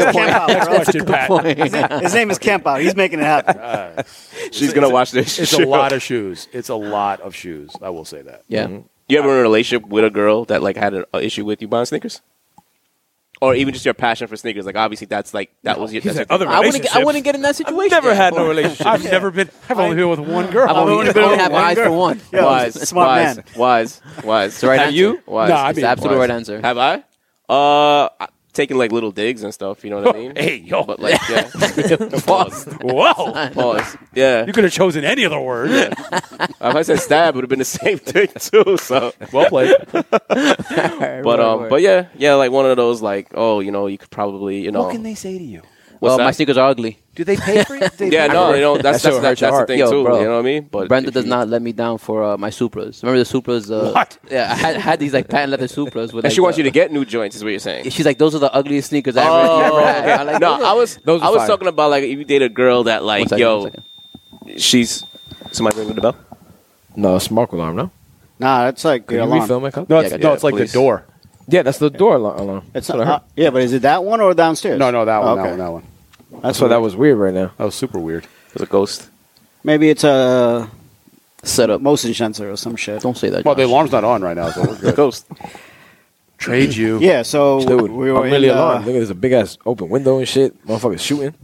good question. point. His name is Kemp bro. Question, Pat. His name is Kemp out. He's making it happen. She's gonna watch this. It's a lot of shoes. It's a lot of shoes. I will say that. Yeah. You ever in a relationship with a girl that like had an uh, issue with you buying sneakers, or even just your passion for sneakers? Like obviously that's like that was your that's your- other I wouldn't. Get, I wouldn't get in that situation. I've never yeah. had no relationship. I've never been. I've only been with one girl. I've only, only I've been only with had my one eyes for girl. one. Yeah, wise, smart wise, man. wise, wise. It's the right answer. you? Wise. No, I it's mean, the absolute wise. right answer. Have I? Uh, I- taking like little digs and stuff. You know what I mean? Hey, yo. But like, yeah. Pause. Whoa. Pause. Yeah. You could have chosen any other word. If I said stab, it would have been the same thing too. So, well played. but um, but yeah, yeah, like one of those, like, oh, you know, you could probably, you know, What can they say to you? well, what's my that? sneakers are ugly. Do they pay for it? They yeah, pay no, for it? you know, that's That that's, shit hurts your that's, that's the heart. thing Yo, too. bro. You know what I mean? But Brenda if does you- not let me down for uh, my Supras. Remember the Supras? Uh, What? Yeah, I had, had these like patent leather Supras. With, And like, she wants the- you to get new joints, is what you're saying. She's like, those are the ugliest sneakers I ever, ever had. I like, no, those are- I was those are I was fire. talking about like if you date a girl that One like second, yo, one second. she's somebody ringing the bell. no, it's Mark alarm. No, Nah, that's like can your you alarm. refill my cup? No, it's, Yeah, no, it's like please. the door. Yeah, that's the door al- alarm. It's That's what I heard. not, yeah, but is it that one or downstairs? No, no, that one, Oh, that one, that one. That's So that was weird right now. That was super weird. There's a ghost. Maybe it's a set up. motion sensor or some shit. Don't say that. Well, the Josh. alarm's not on right now, so we're There's a good. ghost. Trade you. Yeah, so Dude, we were I'm really in, uh, alarmed. Look at this big ass open window and shit. Motherfuckers shooting.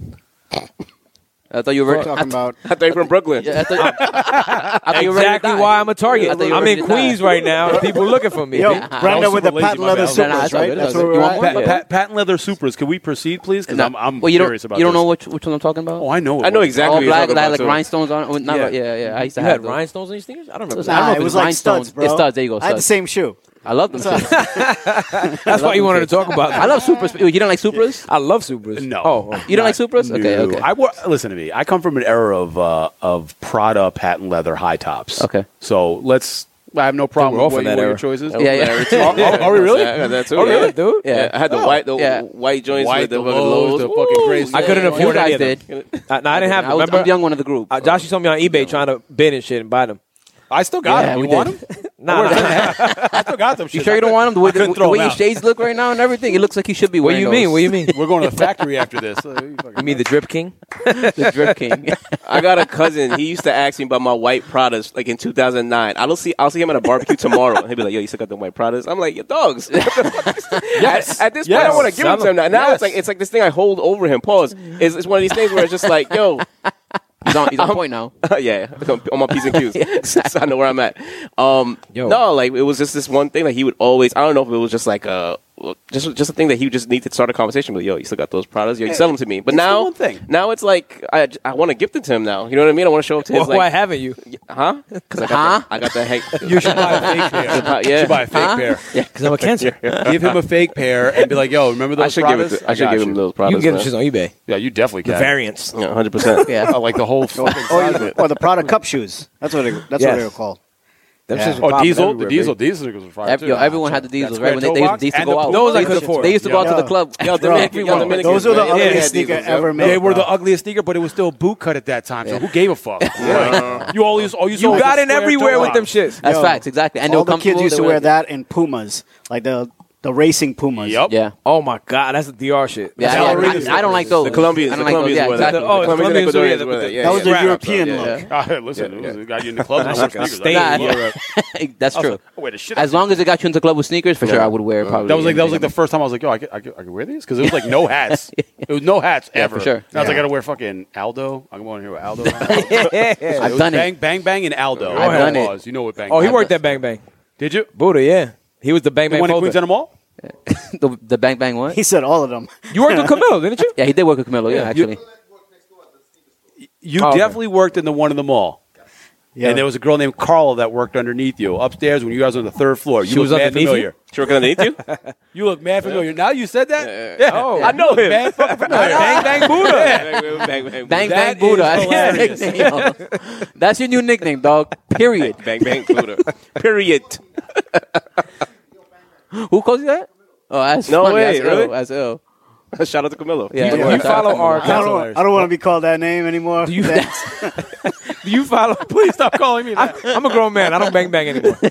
I thought you were talking about I thought you were from Brooklyn. Yeah, I thought, I thought you were ready to Exactly die. why I'm a target. I thought you were I'm ready in to die. Queens right now. People looking for me. Yo, bitch. Brenda with the super lazy, patent my leather bad. No, no, no, supers, it's all right? good. That's It's all good. where we're You at. want more? Pa- pa- patent leather supers. Can we proceed, please? Because No. I'm, I'm well, you curious don't, about you don't this. know which which one I'm talking about. Oh, I know. it I know was. exactly. what oh, you're black, talking black about, like too. rhinestones on. oh, Not Yeah. yeah. yeah, yeah. I used to You have had those. rhinestones on your sneakers? I don't remember. I That. don't know Nah, if it it's was like rhinestones. studs, bro. It's studs, there you go, I had the studs. same shoe. I love them. shits. That's why you wanted to talk about. I love Supras. You don't like Supras? I love Supras. No. Oh, oh. You don't like Supras? Okay, No. okay, I wore, listen to me. I come from an era of uh, of Prada patent leather high tops. Okay. So let's. I have no problem we're all from with what that you- what your era. choices. Yeah, yeah. Are, are- are we really? Yeah, I got that too. Oh, really, yeah. dude? Yeah. Yeah, I had the white, the yeah. white joints White, with the, the fucking lows, lows, the fucking crazy- I couldn't You afford guys any of them. I, no, I didn't have. I was, remember, I'm young one of the group. Uh, Josh, you saw me on eBay trying to bid and shit and buy them. I still got Yeah, them. we You want did. them? Nah, nah. I still got them. You shit. sure you don't want him? The way, I couldn't the, throw the way him his out. shades look right now and everything, it looks like he should be what do wearing you mean? What do you mean? We're going to the factory after this. So you fucking- You mean the drip king? the drip king. I got a cousin. He used to ask me about my white products, like in 2009. I'll see, I'll see him at a barbecue tomorrow, and he'll be like, "Yo, you still got the white products?" I'm like, "Your dogs." yes. At, at this point, I Yes. want to give Sell them to him now. them. Now Yes. it's like it's like this thing I hold over him. Pause. It's, it's one of these things where it's just like, "Yo, He's on, he's on point now. yeah, on my p's and q's, so I know where I'm at." Um, Yo. no, like it was just this one thing that he would always. I don't know if it was just like a. Just, just a thing that he would just need to start a conversation with. Yo, you still got those products? Yo, you sell them to me. But it's the now, one thing. now it's like I, I want to gift it to him now. You know what I mean? I want to show up to Well, his like why haven't you? Huh? Because I got Huh? the, I got the heck. You should buy a fake pair. Uh, You yeah. should buy a fake pair. Because I'm a cancer. Give him a fake pair and be like, "Yo, remember those?" I should give Pradas? it. To, I should got give you. him those You can products. get them shits on eBay. Yeah, you definitely can. Variants. Yeah, hundred percent. Yeah. Oh, like the whole fucking Or, side of it. Oh, or the Prada cup shoes. That's what they, that's Yes. what they were called. Them Yeah. shits were Oh, popping diesel, the everywhere, diesel, baby. diesel was fire Ev- too. yo, everyone had the That diesels, square right? When they, toe they, used- box they used to and go the out. pool. Those I They used could to- afford. They used to go out to Yeah. the club. Yo, Bro, Dominican, yo, bro, Dominican. those are the Yeah, yeah, ugliest yeah, sneaker diesels, yo. ever made. They were bro. the ugliest sneaker, but it was still boot cut at that time. So who gave a fuck? Like, you always, all you, saw You was got the in square everywhere toe with them box. shits. That's Yo. facts, exactly. And they All were the kids comfortable, used they to were- wear that in Pumas, like the the racing Pumas. Yup. Yeah. Oh my god, that's a DR shit. Yeah, That's yeah, outrageous. I, I don't like those. The Colombians, I the don't like those. Colombians Yeah, were that. exactly. Oh, The it's Colombians and Colombians were Ecuadorians that, were but that. the- Yeah, That was yeah. the Wraps up, European yeah. look. God, listen, it was- it got you in the club. and I That's was like a sneakers. I stain. was Nah, like, Yeah. that's true. oh, wait, a shit. As long as it got you into the club with sneakers, for sure, I would wear probably. That was like that was like the first time I was like, yo, I could, I could, I could wear these because it was like no hats. It was no hats ever. for sure. And I was like, I Yeah. gotta wear fucking Aldo. I'm going here with Aldo. Yeah. I've done bang, it. bang, bang, and Aldo. I've done it. You know what bang? Oh, he Bang worked was. at Bang Bang. Did you? Buddha, yeah. He was the Bang The Bang one in Queens folder. Center Mall. the the bang bang one. He said all of them. You worked with Camilo, didn't you? Yeah, he did work with Camilo. Yeah, You- actually. You Oh, okay. definitely worked in the one in the mall. Yeah. And there was a girl named Carla that worked underneath you upstairs when you guys were on the third floor. You She was look mad underneath you? familiar. She working underneath you? You look mad familiar. Now you said that? Oh, I know him. Mad fucking familiar. bang bang Buddha. bang, bang, Bang That Bang Buddha. is That's, hilarious. your nickname. That's your new nickname, dog. Period. bang, bang, Buddha. Period. Who calls you that? Oh, that's No funny. way, that's really? ill. That's ill. Shout out to Camilo. Yeah, Do you that's- follow our I account? don't, I don't want to be called that name anymore. Do you, That- do you follow? Please stop calling me I'm, that. I'm a grown man. I don't bang bang anymore. Do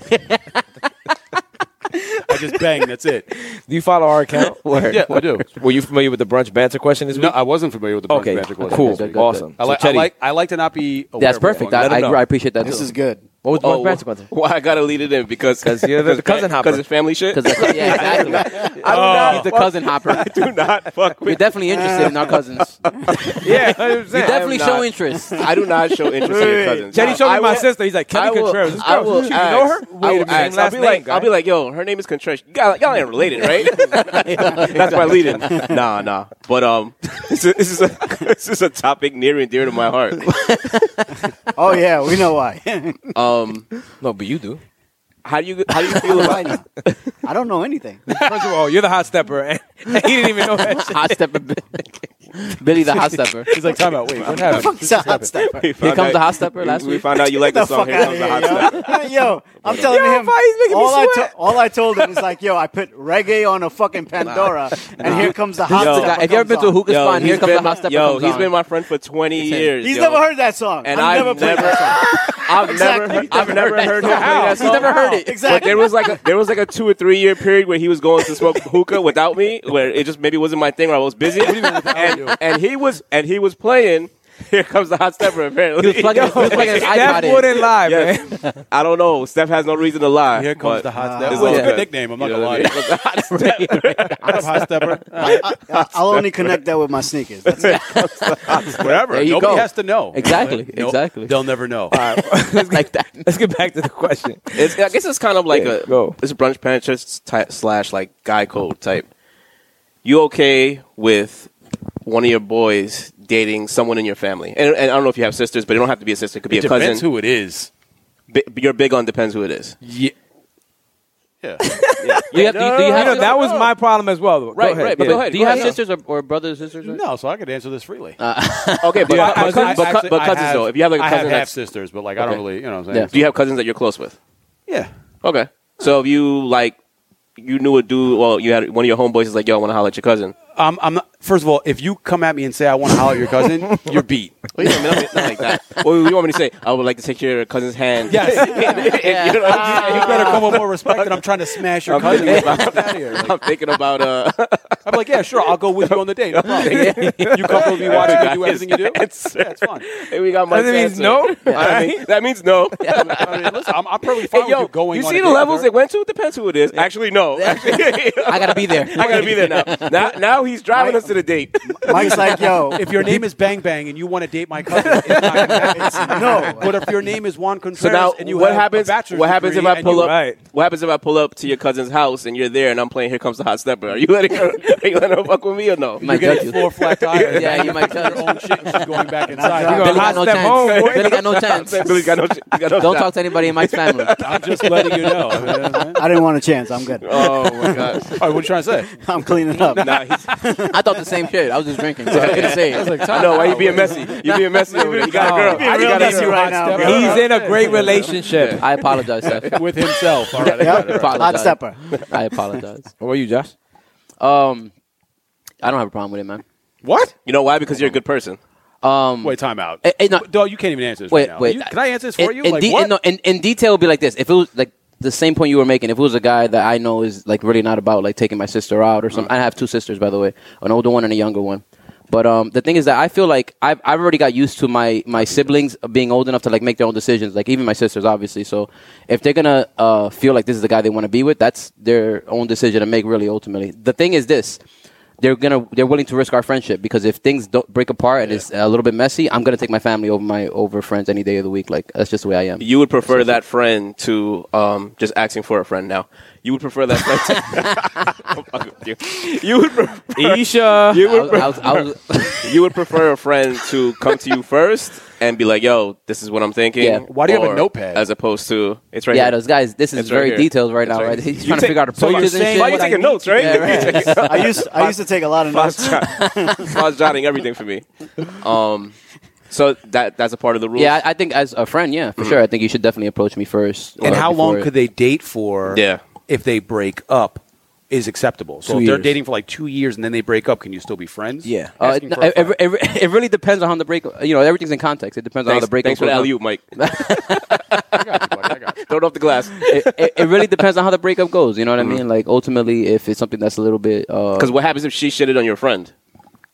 I just bang. That's it. you follow our account? Word. Yeah, I do. Were you familiar with the brunch banter question this week? No, I wasn't familiar with the okay, Magic Wand. cool, Good, good, awesome. I, like, so I Chetty, like I like to not be. Aware That's of what's perfect. going I, on. Let I, him know. I appreciate that. this too. is good. what was Oh, brunch banter question? well, I gotta lead it in because 'Cause you're the cousin hopper. because it's family shit. 'Cause that's- yeah, exactly. I do not He's the fuck- cousin hopper. do not fuck You're with. definitely interested in our cousins. You Yeah, you definitely not. show interest. I do not show interest in your Wait, cousins. Jenny showed I me my will- sister. He's like I Kenny will- Contreras. This I girl, will you know her? ask- I will Wait a minute, ask. same I'll last be name, like, guy. I'll be like, yo, her name is Contreras. You got- Y'all ain't related, right? That's my lead-in. Nah, nah. But um, this is, this is a this is a topic near and dear to my heart. Oh yeah, we know why. Um, no, but you do. how do you how do you feel about? I don't know anything. First of all, you're the hot stepper, and he didn't even know that. shit. Hot stepper, Billy the hot stepper. He's like, time out. Wait, what happened? Fuck's a hot stepper. Here Here comes the hot stepper last we week. found out you like the Get song. Here comes the hot outta stepper. here, yo. yo, I'm telling Yo, him. why he's making me all, I sweat? to- all I told him is like, yo, I put reggae on a fucking Pandora, and here comes the hot Yo. stepper If you ever been to a comes on. hookah Yo, spot, he's here comes the been hot my, stepper. yo, comes he's on. been my friend for 20 years. He's yo. never heard that song, and I've, I've never played never- that song. I've Exactly. never, I've never heard him play that He's song. never heard But it. there Exactly. was like a, there was like a two or three year period where he was going to smoke hookah without me, where it just maybe wasn't my thing, or I was busy, and, and he was and he was playing. Here comes the hot stepper. Apparently, He was plugging his, he was plugging his iPod That in. wouldn't lie, man. Yes. I don't know. Steph has no reason to lie. Here comes but- the hot This stepper. is Well, it's a all good good. nickname. I'm not You know gonna what I lie. mean? Here comes the hot stepper. I'm hot stepper. I'll only connect that with my sneakers. That's it. Whatever. There you Nobody go. has to know. Exactly, Nope. exactly. They'll never know. like that. Let's get back to the question. It's, I guess it's kind of like Yeah, a go. it's a brunch Pinterest ty- slash like guy code type. You okay with one of your boys dating someone in your family? And, and I don't know if you have sisters, but it don't have to be a sister. It could be It a depends cousin. who it is. Bi- you're big on depends who it is. Yeah. Yeah. Do you have, do you, do you You have know, that sisters? was my problem as well. though. Right, Go ahead. right, but Yeah. go ahead. Do you have yeah. sisters or, or brothers and sisters? No, so I could answer this freely. Uh, Okay, but, Yeah, but, I- cousins, I- but, cou- actually, but I cousins have- though, if you have like a I cousin have half that's, sisters, but like I don't Okay. really, you know, what I'm Yeah. saying. do you have cousins that you're close with? Yeah. Okay, so if you like, you knew a dude. Well, you had one of your homeboys is like, "Yo, I want to holler at your cousin." Um, I'm not, first of all, if you come at me and say I want to holler at your cousin, you're beat. Well, you know, I mean, not like that. Well, you want me to say, "I would like to take your cousin's hand." Yeah. You know what I'm saying? You better come with more respect, and I'm trying to smash your cousin. thinking Get out of here. Like, I'm thinking about uh, I'm like, yeah, sure, I'll go with you on the date. No problem. you comfortable with me watching you do everything you do? Yeah, it's fine. hey, we got my That means answer. no. All right, that means no. I mean, listen, I'm, I'm probably Hey, fine with yo, you going. you on see a the date levels with it went to? Depends who it is. Actually, no. Actually, I I gotta be there. gotta be there now. Now, now he's driving us to the date. Mike's like, yo, her. If your name is Bang Bang and you want to date my cousin, it's not gonna happen. no. but if your name is Juan Contreras So now, and you what have happens? a bachelor's What happens if degree I and pull you- up? right. What happens if I pull up to your cousin's house and you're there and I'm playing "Here Comes the Hot Stepper"? Are you letting her? Are you letting her fuck with me or no? might You judge get you. four flat tires. Yeah, you might your judge. own shit. And she's going back inside. You're I'm gonna Billy hot Billy got just- no step chance. home, boy. Billy got no chance. Billy's got no. shit- he got no Don't shot. talk to anybody in Mike's family. I'm just letting you know. You know what I'm saying? I didn't want to chance. I'm good. Oh my gosh. All right, what are you trying to say? I'm cleaning up. Nah, he's, I thought the same shit. I was just drinking. So I couldn't say it. I know why you being messy. You being messy over there. You got a girl. being You real got a messy girl. right now, bro. He's in a great relationship. I apologize, Seth. with himself. All right, I got it. Yep. Hot Apologize. stepper. I apologize. What were you, Josh? Um, I don't have a problem with it, man. What? You know why? Because you're a good person. Um, Wait, time out. Eh, eh, no. Dog, you can't even answer this Wait, right now. wait. You- can I answer this for in, you? In like, de- what? in- no, in, in detail, it'd be like this. If it was like the same point you were making, if it was a guy that I know is like really not about like taking my sister out or Mm. something. I have two sisters, by the way, an older one and a younger one. But um, the thing is that I feel like I've, I've already got used to my, my siblings being old enough to like make their own decisions. Like even my sisters, obviously. So if they're gonna uh, feel like this is the guy they want to be with, that's their own decision to make. Really, ultimately, the thing is this: they're gonna they're willing to risk our friendship because if things don't break apart and it's a little bit messy, I'm gonna take my family over my over friends any day of the week. Like that's just the way I am. You would prefer that friend to um, just asking for a friend now. You would prefer that friend. To, I'm fucking with you. you would prefer Isha. you I would, was, I was, I was, pre- you would prefer a friend to come to you first and be like, "Yo, this is what I'm thinking." Yeah. Why do you have a or- notepad? As opposed to it's right. yeah, here. those guys. This is It's right very here. detailed right It's now. right Right, here. he's trying to figure out so you're approaches and saying- shit. Why Why are you what I taking need notes, right? Yeah, right. I used I used to take a lot of notes. Flaws jotting everything for me. Um, so that that's a part of the rules. Yeah, I, I think as a friend, yeah, for sure. I think you should definitely approach me first. Hmm. And uh, how long before- could they date for? Yeah. If they break up, is acceptable. So Two if they're years. dating for like two years and then they break up, can you still be friends? Yeah. Uh, Asking it, for a it, friend. it- it really depends on how the break. You know, everything's in context. It depends on how thanks, the break. thanks for the alley oop, Mike. I got you, buddy, I got you. Throw it off the glass. it, it, it really depends on how the breakup goes. You know what I Mm-hmm. mean? Like ultimately, if it's something that's a little bit, uh, Because what happens if she shitted on your friend?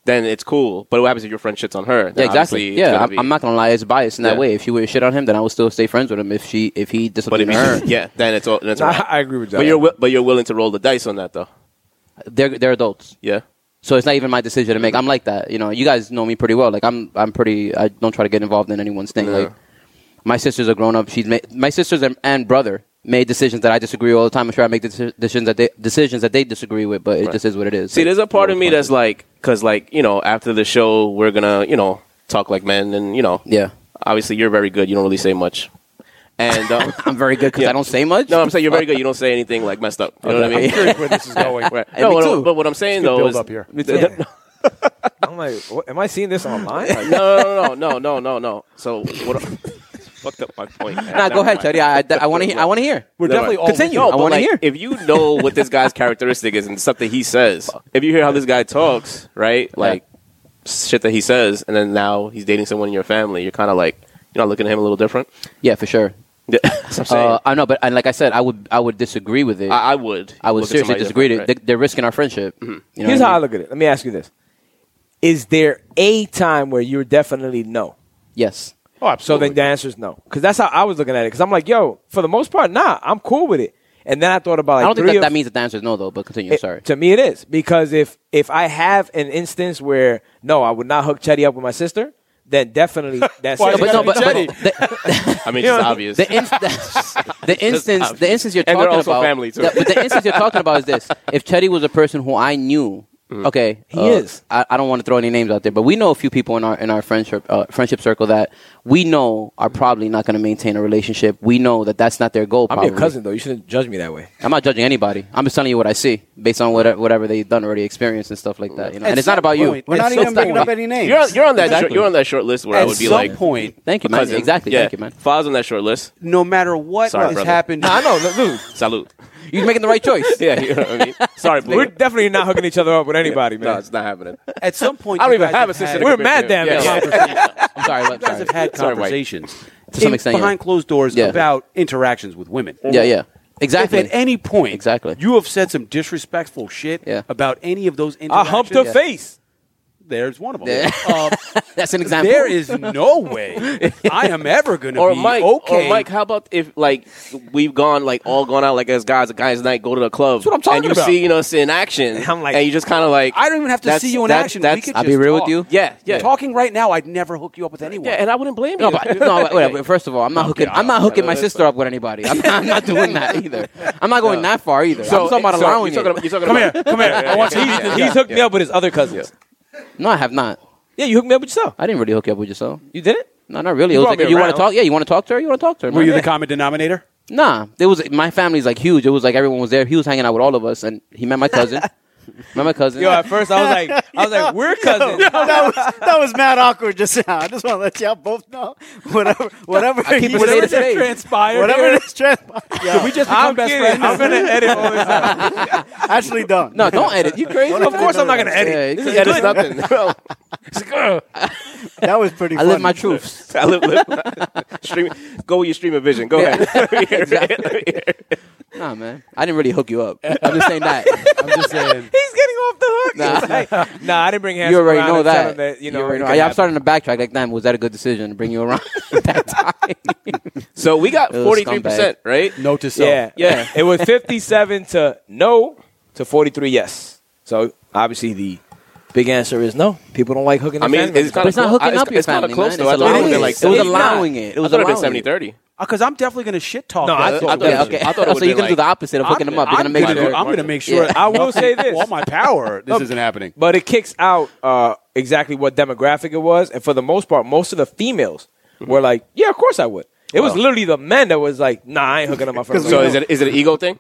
Then it's cool. But what happens if your friend shits on her? Then obviously yeah, exactly. it's Yeah, gonna I'm, be- I'm not gonna lie, it's biased in that Yeah. way. If she would shit on him, then I would still stay friends with him. If she, if he did But something if to you, her, yeah, then it's all. Then it's Nah, all I, right. agree with you. But you're wi- but you're willing to roll the dice on that though. they're they're adults. Yeah. So it's not even my decision to make. I'm like that. You know, you guys know me pretty well. Like I'm, I'm pretty. I don't try to get involved in anyone's thing. Yeah. Like my sisters are grown up. She's made my sisters and, and brother made decisions that I disagree with all the time. I'm sure I make deci- decisions that they decisions that they disagree with, but it just is what it is. See, there's a part of me Like, that's like, because like you know, after the show, we're gonna you know talk like men, and you know, yeah. Obviously, you're very good. You don't really say much, and um, I'm very good because Yeah. I don't say much. no, I'm saying you're very good. You don't say anything like messed up. You know what I I'm mean? curious where this is going. Right. And No, me what- too. but what I'm saying Good though build is, up here. Yeah. I'm like, what, am I seeing this online? Like, no, no, no, no, no, no, no. So what? fucked up my point. Nah, go ahead, Teddy. I, I want to. hear. I want to hear. We're definitely all continue. No, I but want to like, hear. If you know what this guy's characteristic is and stuff that he says, if you hear how this guy talks, right, like shit that he says, and then now he's dating someone in your family, you're kind of like, you're not looking at him a little different. yeah, for sure. Yeah, That's what I'm saying. Uh, I know, but and like I said, I would. I would disagree with it. I, I would. I look would at seriously somebody disagree. different, They- right? Mm-hmm. They're risking our friendship. Mm-hmm. You know Here's what how I I mean? look at it. Let me ask you this: Is there a time where you're definitely no? Yes. So Oh, absolutely. then the answer is no, because that's how I was looking at it. Because I'm like, yo, for the most part, nah, I'm cool with it. And then I thought about like I don't think three that, or that means that the answer is no, though. But continue. It- sorry. To me, it is because if if I have an instance where no, I would not hook Chetty up with my sister, then definitely that's Why it. is it but no, gotta but, be but Jenny. the, I mean, You it's know, obvious. the, inst- the instance, the instance you're And talking they're also about, family, too. the- but the instance you're talking about is this: if Chetty was a person who I knew, Mm. okay, He uh, is. I, I don't want to throw any names out there, but we know a few people in our in our friendship uh, friendship circle that we know are probably not going to maintain a relationship. We know that that's not their goal. I'm probably. your cousin though. You shouldn't judge me that way. I'm not judging anybody. I'm just telling you what I see based on whatever, whatever they've done already experienced and stuff like that. You know? and it's not some about you. point- We're At not some even bringing point- up any names. you're, on, you're on that Exactly. short, you're on that short list where I At would be some like, point, Thank you, man. cousin. Exactly. Yeah. Thank you, man. Fa's on that short list. no matter what Sorry, has brother. happened, I know, look, dude. Salute. You're making the right choice. Yeah, you know what I mean. Sorry, blue. We're definitely not hooking each other up with anybody, no, man. it's not happening. at some point, I don't you even guys have a sister. had- to We're mad compare to. damn Yeah, it. yeah. I'm sorry. I'm You guys sorry. have had Sorry, Mike. conversations To some in- extent, yeah. behind closed doors Yeah. about interactions with women. Yeah, yeah. Exactly. If at any point Exactly. you have said some disrespectful shit Yeah. about any of those I interactions, humped her Yeah. face. there's one of them. Yeah. Uh, That's an example. there is no way I am ever going to Or be Mike, okay. or Mike, how about if like we've gone like all gone out like as guys, a guys' night, go to the club. That's what I'm talking And you about. see us in action, I'm like- and you just kind of like, I don't even have to That's- see you in that- action. that's- we could I'll be just real with talk. you. yeah, yeah, Talking right now, I'd never hook you up with anyone. yeah, and I wouldn't blame you. No, but, no, but whatever. First of all, I'm not hooking. I'm not hooking my sister up with anybody. I'm not, I'm not doing that either. I'm not going that far either. I'm talking about so allowing you're it. talking about, you're talking Come about, here, come here. I want you. He's, he's hooked me up with his other cousins. no, I have not. Yeah, you hooked me up with yourself. I didn't really hook you up with yourself. You did it. No, not really. You it was brought like, me you want around. to talk? Yeah, you want to talk to her? You want to talk to her? Were you man. the common denominator? Nah, it was my family's like huge. It was like everyone was there. He was hanging out with all of us, and he met my cousin. met my cousin. Yo, at first I was like, I was like, we're cousins. that was that was mad awkward just now. I just want to let y'all both know whatever whatever I keep he- it Whatever related just to me. transpired. whatever here, this transpired. Yeah, we just become I'm best kidding. friends. I'm gonna edit all this out. actually don't. No, don't edit. You crazy? Of course, I'm not gonna Yeah, edit. you This is could- good. nothing. that was pretty. I funny. live my truths. I live, live- stream, go with your stream of vision. Go ahead. Nah, man. I didn't really hook you up. I'm just saying that. I'm just saying. He's getting off the hook. Nah. It's like, nah, I didn't bring hands. you already around know and tell that. him You know, already it know. could Yeah, I'm happen. starting to backtrack. Like, damn, was that a good decision to bring you around that time? so we got Little scumbag. 43%, right? Note to self. Yeah, Yeah. it was 57 to no to 43 yes. So obviously the big answer is no. People don't like hooking. I their mean, family. it's kind But of it's not hooking up your It's kind of family, close man. though. I It's thought it allowing would it. like It was 70. allowing it. It was I thought allowing it. it. 70-30. Because Uh, I'm definitely going to shit talk. No, I that. thought- I Oh, thought it yeah, was- okay. I thought it so would've you're been gonna do the like- opposite of hooking them up. You're gonna I'm make gonna do- sure. I'm going to make sure. Yeah. I will say with this, all my power, this isn't happening. but it kicks out uh, exactly what demographic it was, and for the most part, most of the females were like, yeah, of course I would. It was Wow. literally the men that was like, nah, I ain't hooking up my friends. So is it is it an ego thing?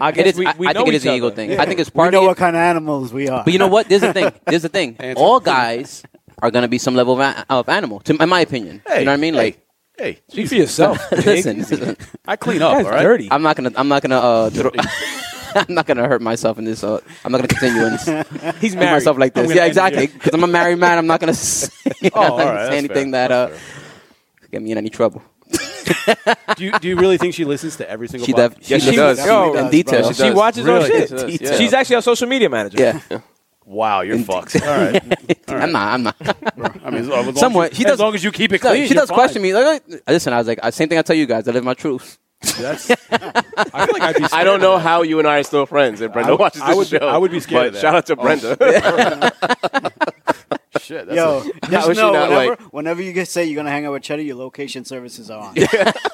I It guess is, we, I, we I know think it is each an ego other. thing. Yeah. I think it's We part know of what it. kind of animals we are. But you know what? There's the thing. There's the thing. All guys are gonna be some level of, a- of animal, to, in my opinion. you know what I mean? Like, hey, hey, Speak for yourself. Jake. listen, I clean up. That's all right? dirty. I'm not gonna. I'm not gonna. Uh, throw, I'm not gonna hurt myself in this. Uh, I'm not gonna continue in this. He's married. married. myself like I'm this. gonna Yeah, end it exactly. Because I'm a married man. I'm not gonna say, you know, Oh, I'm not all gonna right, say that's anything fair. that uh, get me in any trouble. Do you, do you really think she listens to every single? She, podcast? def- Yes, she does. Oh, Yo, in does, detail. bro. she watches Really? our shit. Yes, She's, yes, yeah. actually our social media manager. Yeah, Wow, you're fucked. All right. I'm not. I'm not. I mean, as long as, Somewhat. She as, does- long as you keep it No, clean. she you're does fine. question me. Like, like, listen, I was like, I- same thing I tell you guys. I live my truth. That's, I feel like I'd be I don't know how you and I are still friends. And Brenda I would- watches this I would- show. I would be scared But of that. shout out to Brenda. shit. That's Yo, How just is she know not, whenever, like- whenever you get- say you're gonna hang out with Cheddar, your location services are on.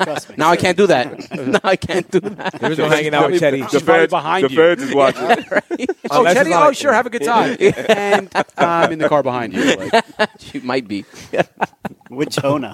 Trust me. Now I can't do that. now I can't do that. There is no hanging out with Chetty. She's probably behind the you. feds is watching. Oh, Unless it's Teddy, not- oh, sure. Have a good time. and I'm in the car behind you. Like, She might be. with Jonah.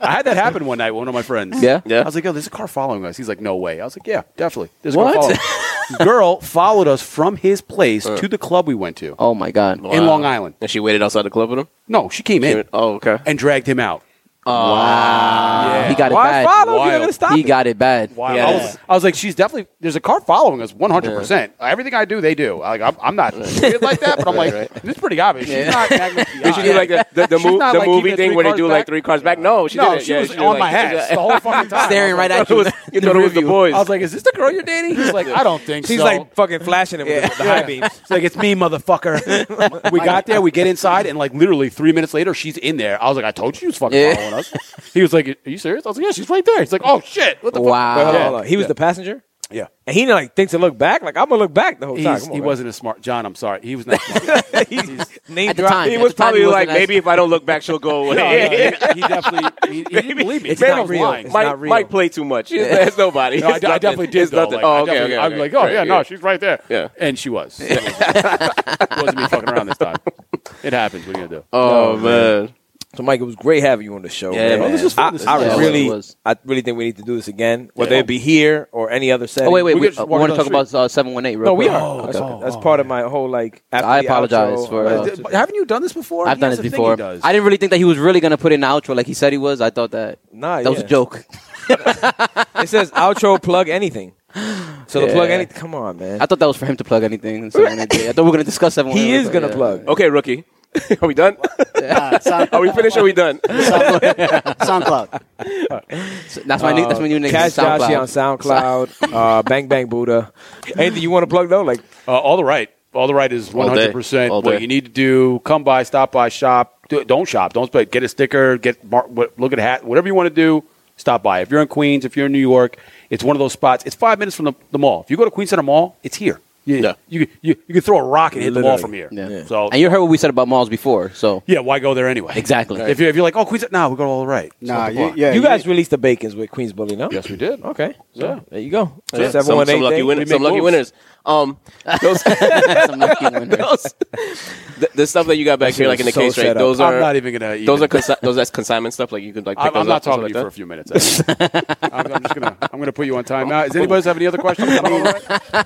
I had that happen one night with one of my friends. Yeah? Yeah. I was like, yo, there's a car following us. He's like, no way. I was like, yeah, definitely. There's a What? car following us. Girl followed us from his place to the club we went to Oh my god. in Wow. Long Island. And she waited outside the club with him. No, she came in Oh, okay. and dragged him out. He got it Why bad. follow? You're Wild. not gonna stop He it. got it bad. Wow. Yeah. I, was, I was like, she's definitely, there's a car following us 100%. Everything I do, they do. Like, I'm, I'm not weird like that, but I'm like, this is pretty obvious. She's not magnified. Did she do like the, the, the, She's mo- not, the like, movie keeping thing three where they cars do back? like three cars back? No, she no, didn't. she Yeah, was did, on like- my ass the whole fucking time. Staring right at It was, you. you thought it was the boys. I was like, "Is this the girl you're dating?" He's like, "I don't think She's so." like fucking flashing him with the high beams. Uh-huh. It's like, it's me, motherfucker. we got there, we get inside, and like literally three minutes later, she's in there. I was like, I told you she was fucking Yeah. following us. He was like, Are you serious? I was like, Yeah, she's right there. He's like, Oh shit. What the Wait, hold Wow. on, hold on. He was the passenger, fuck? Yeah. and he like thinks to look back. Like I'm gonna look back the whole time. He's- Come on, he man. wasn't as smart. John, I'm sorry. He was not smart. He's name At the drop- time. he At was the time, probably he like, wasn't as- maybe if I don't look back, she'll go away. No, no, he, he definitely he, he didn't believe me. It's Man, not I was real. lying. It's Mike, not real. Mike played too much. It's, it's nobody. No, I, It's I nothing. definitely did It's though. nothing. Like, I oh, okay, definitely- okay. I'm okay. like, oh Right, yeah, no, she's right there. Yeah. and she was. It wasn't me fucking around this time. It happens. What are you gonna do? Oh man. So, Mike, it was great having you on the show. Yeah, man. This was fun. I, This I was fun. Yeah, it really, was. I really think we need to do this again, whether it be here or any other setting. Oh wait, wait. We We, could just uh, we walk want to down talk the about uh, 718 real No, we quick. Oh, are. that's that's part of my whole like. after I the apologize outro, for, uh, uh, just- haven't you done this before? I've He done has this a thing he before. does. I didn't really think that he was really gonna put in an outro like he said he was. I thought that Nah, that yeah. was a joke. It says outro plug anything. So the plug Yeah. anything. Come on, man. I thought that was for him to plug anything. in 718. I thought we were gonna discuss 718. he is but, gonna yeah. plug. Okay, rookie. Are we done? Uh, Sound- Are we finished? Are we done? SoundCloud. So that's my new, that's my new name. Cash Joshi SoundCloud. on SoundCloud. uh, Bang Bang Buddha. Anything you want to plug though? Like Uh, all the right. All the right is All day. 100% All what day. you need to do. Come by, stop by, shop. Do, don't shop. Don't spend. Get a sticker. Get mar- what- look at a hat. Whatever you want to do, stop by. If you're in Queens, if you're in New York, it's one of those spots. It's five minutes from the, the mall. If you go to Queens Center Mall, it's here. You, Yeah. you, you, you can throw a rock and hit the mall Literally. from here. Yeah. Yeah. So, And you heard what we said about malls before, so yeah, why go there anyway? exactly. If, you're, if you're like, oh, Queens, now we go to all the right. It's Nah, not the you, block. yeah, you guys released the bacons with Queens Bully, no? Yes, we did. Okay. So Yeah. there you go. Yeah, some, 718 some lucky thing. winners. We Some make lucky moves. winners. Um, those, Some lucky winner. those, the, the stuff that you got back here, like in the So case set right? up. Those I'm are not even gonna. Even, those are consi- those that's consignment stuff. Like you could like pick I'm, those I'm not up and talally stuff for a like few minutes. actually. I'm, I'm just gonna. I'm gonna put you on time now. Does anybody else have any other questions? Am I all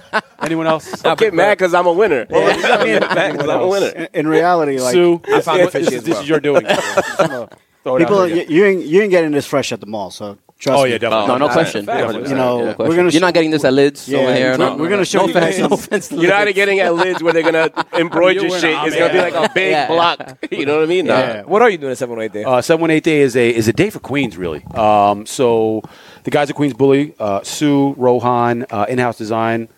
right? Anyone else? that. I get mad because I'm a winner. Mad 'cause I'm a winner. In, in reality, like Sue, I found this, fishy this, as this well. is your doing. Throw it out people, there you, again. you ain't you ain't getting this fresh at the mall. So trust oh me. yeah, definitely. No, no Fact. question. Fact. No You know, question. we're gonna You're not getting this at Lids Yeah, over here. we're- No, we're gonna show no you offense, guys- no offense. to You're not Lids. getting at lids where they're gonna embroider You're shit. wearing an It's gonna be Ahmed. like a big Yeah. block. You know what I mean? Nah. Yeah. What are you doing at 718 there? Uh, 718 Day is a is a day for Queens, really. Um, so the guys at Queens Bully, uh, Sue, Rohan, uh, in house design.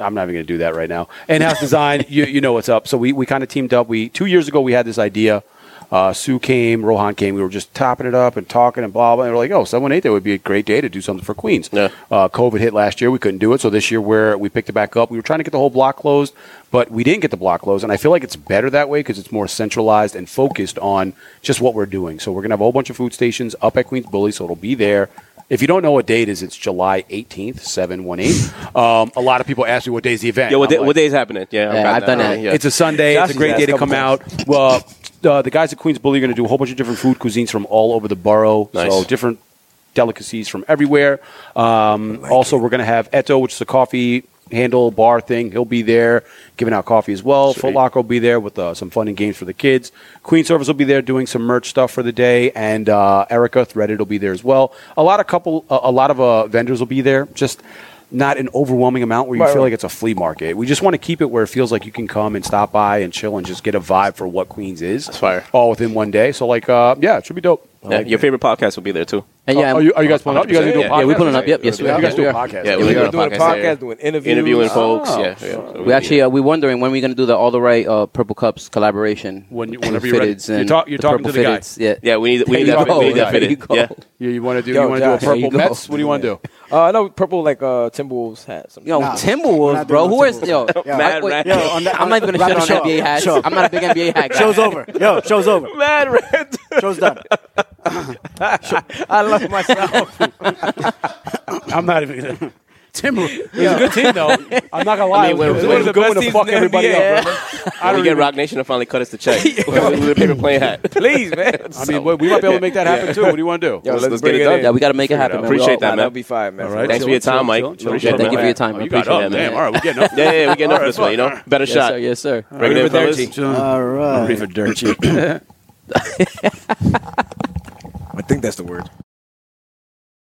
I'm not even going to do that right now. In house design, you, you know what's up. So we, we kind of teamed up. We Two years ago, we had this idea. Uh, Sue came, Rohan came. We were just topping it up and talking and blah, blah. And we're like, oh, 718 Day would be a great day to do something for Queens. Yeah. Uh, COVID hit last year. We couldn't do it. So this year we're, we picked it back up. We were trying to get the whole block closed, but we didn't get the block closed. And I feel like it's better that way because it's more centralized and focused on just what we're doing. So we're going to have a whole bunch of food stations up at Queens Bully. So it'll be there. If you don't know what date it is, it's July 18th, 718. Um, a lot of people ask me what day's the event. Yo, what, I'm day, like, what day is happening? Yeah, Yeah, got I've done that. Yeah. It's a Sunday. Josh it's has a great asked day a to couple come out. Well, uh, the guys at Queens Bully are going to do a whole bunch of different food cuisines from all over the borough. Nice. So different delicacies from everywhere. Um, also, we're going to have Eto, which is a coffee handle bar thing. He'll be there giving out coffee as well. Foot Locker will be there with uh, some fun and games for the kids. Queen Service will be there doing some merch stuff for the day, and uh, Erica Threaded will be there as well. A lot of couple, a a lot of uh, vendors will be there. Just. Not an overwhelming amount where you Right, feel right. like it's a flea market. We just want to keep it where it feels like you can come and stop by and chill and just get a vibe for what Queens is. That's fire. All within one day. So like, uh, yeah, it should be dope. I Yeah, like your it. favorite podcast will be there too. And yeah, Oh, are you, are you guys pulling up? You guys are doing a podcast? Yeah, we pulling up. Yep, yes, we You are. guys do a Yeah. Yeah, podcast. we we're are doing a podcast, yeah. doing interviews. interviewing Oh. folks. yeah, yeah. So we actually uh, we wondering when we're gonna do the all the right uh, purple cups collaboration. When you- with whenever you're ready. Fitteds You're and talk- you're the talking purple to the guy. Fitteds. Yeah, yeah, we need we need There you that, go. we need that There fitted. you go. Yeah, You, you want to do? Yo, you want to do a Josh, there you purple go. Mets? What do you want to do? Uh, no, purple like uh, Timberwolves hat. something. Yo, Nah, we're Timberwolves, not bro. doing Who is Timberwolves. yo? Yeah. Mad wait, rag. Yo, on that- I'm not even gonna Wrap shut it up up. NBA hats. Sure. I'm not a big NBA hat guy. Show's over. Yo, show's over. Mad red. Show's done. I love myself. I'm not even. gonna Timber. It was a good team though. I'm not gonna lie. mean, we're- it was, we're it was the going best to teams fuck in the everybody NBA. up. brother. When we get Rock Nation to finally cut us the check with a paper plane hat. Please, man. I mean, we- we might be able to make that happen too. What do you want to do? Yo, let's- let's bring get it done. Yeah, we gotta make it happen. man. We Appreciate all- that, man. That'll be fine, man. All right. Thanks for your Chill, time, chill, Mike. chill, chill, Appreciate chill. it, Thank you for man. your time. Oh, I you got appreciate up. that, man. Damn. All right, we're getting up. Yeah, yeah, we getting up All for right, this one. You know, better Yes, shot. sir. Yes, sir. Bring it in, Arrivederci. fellas. All right. Reefer Dirty. I think that's the word.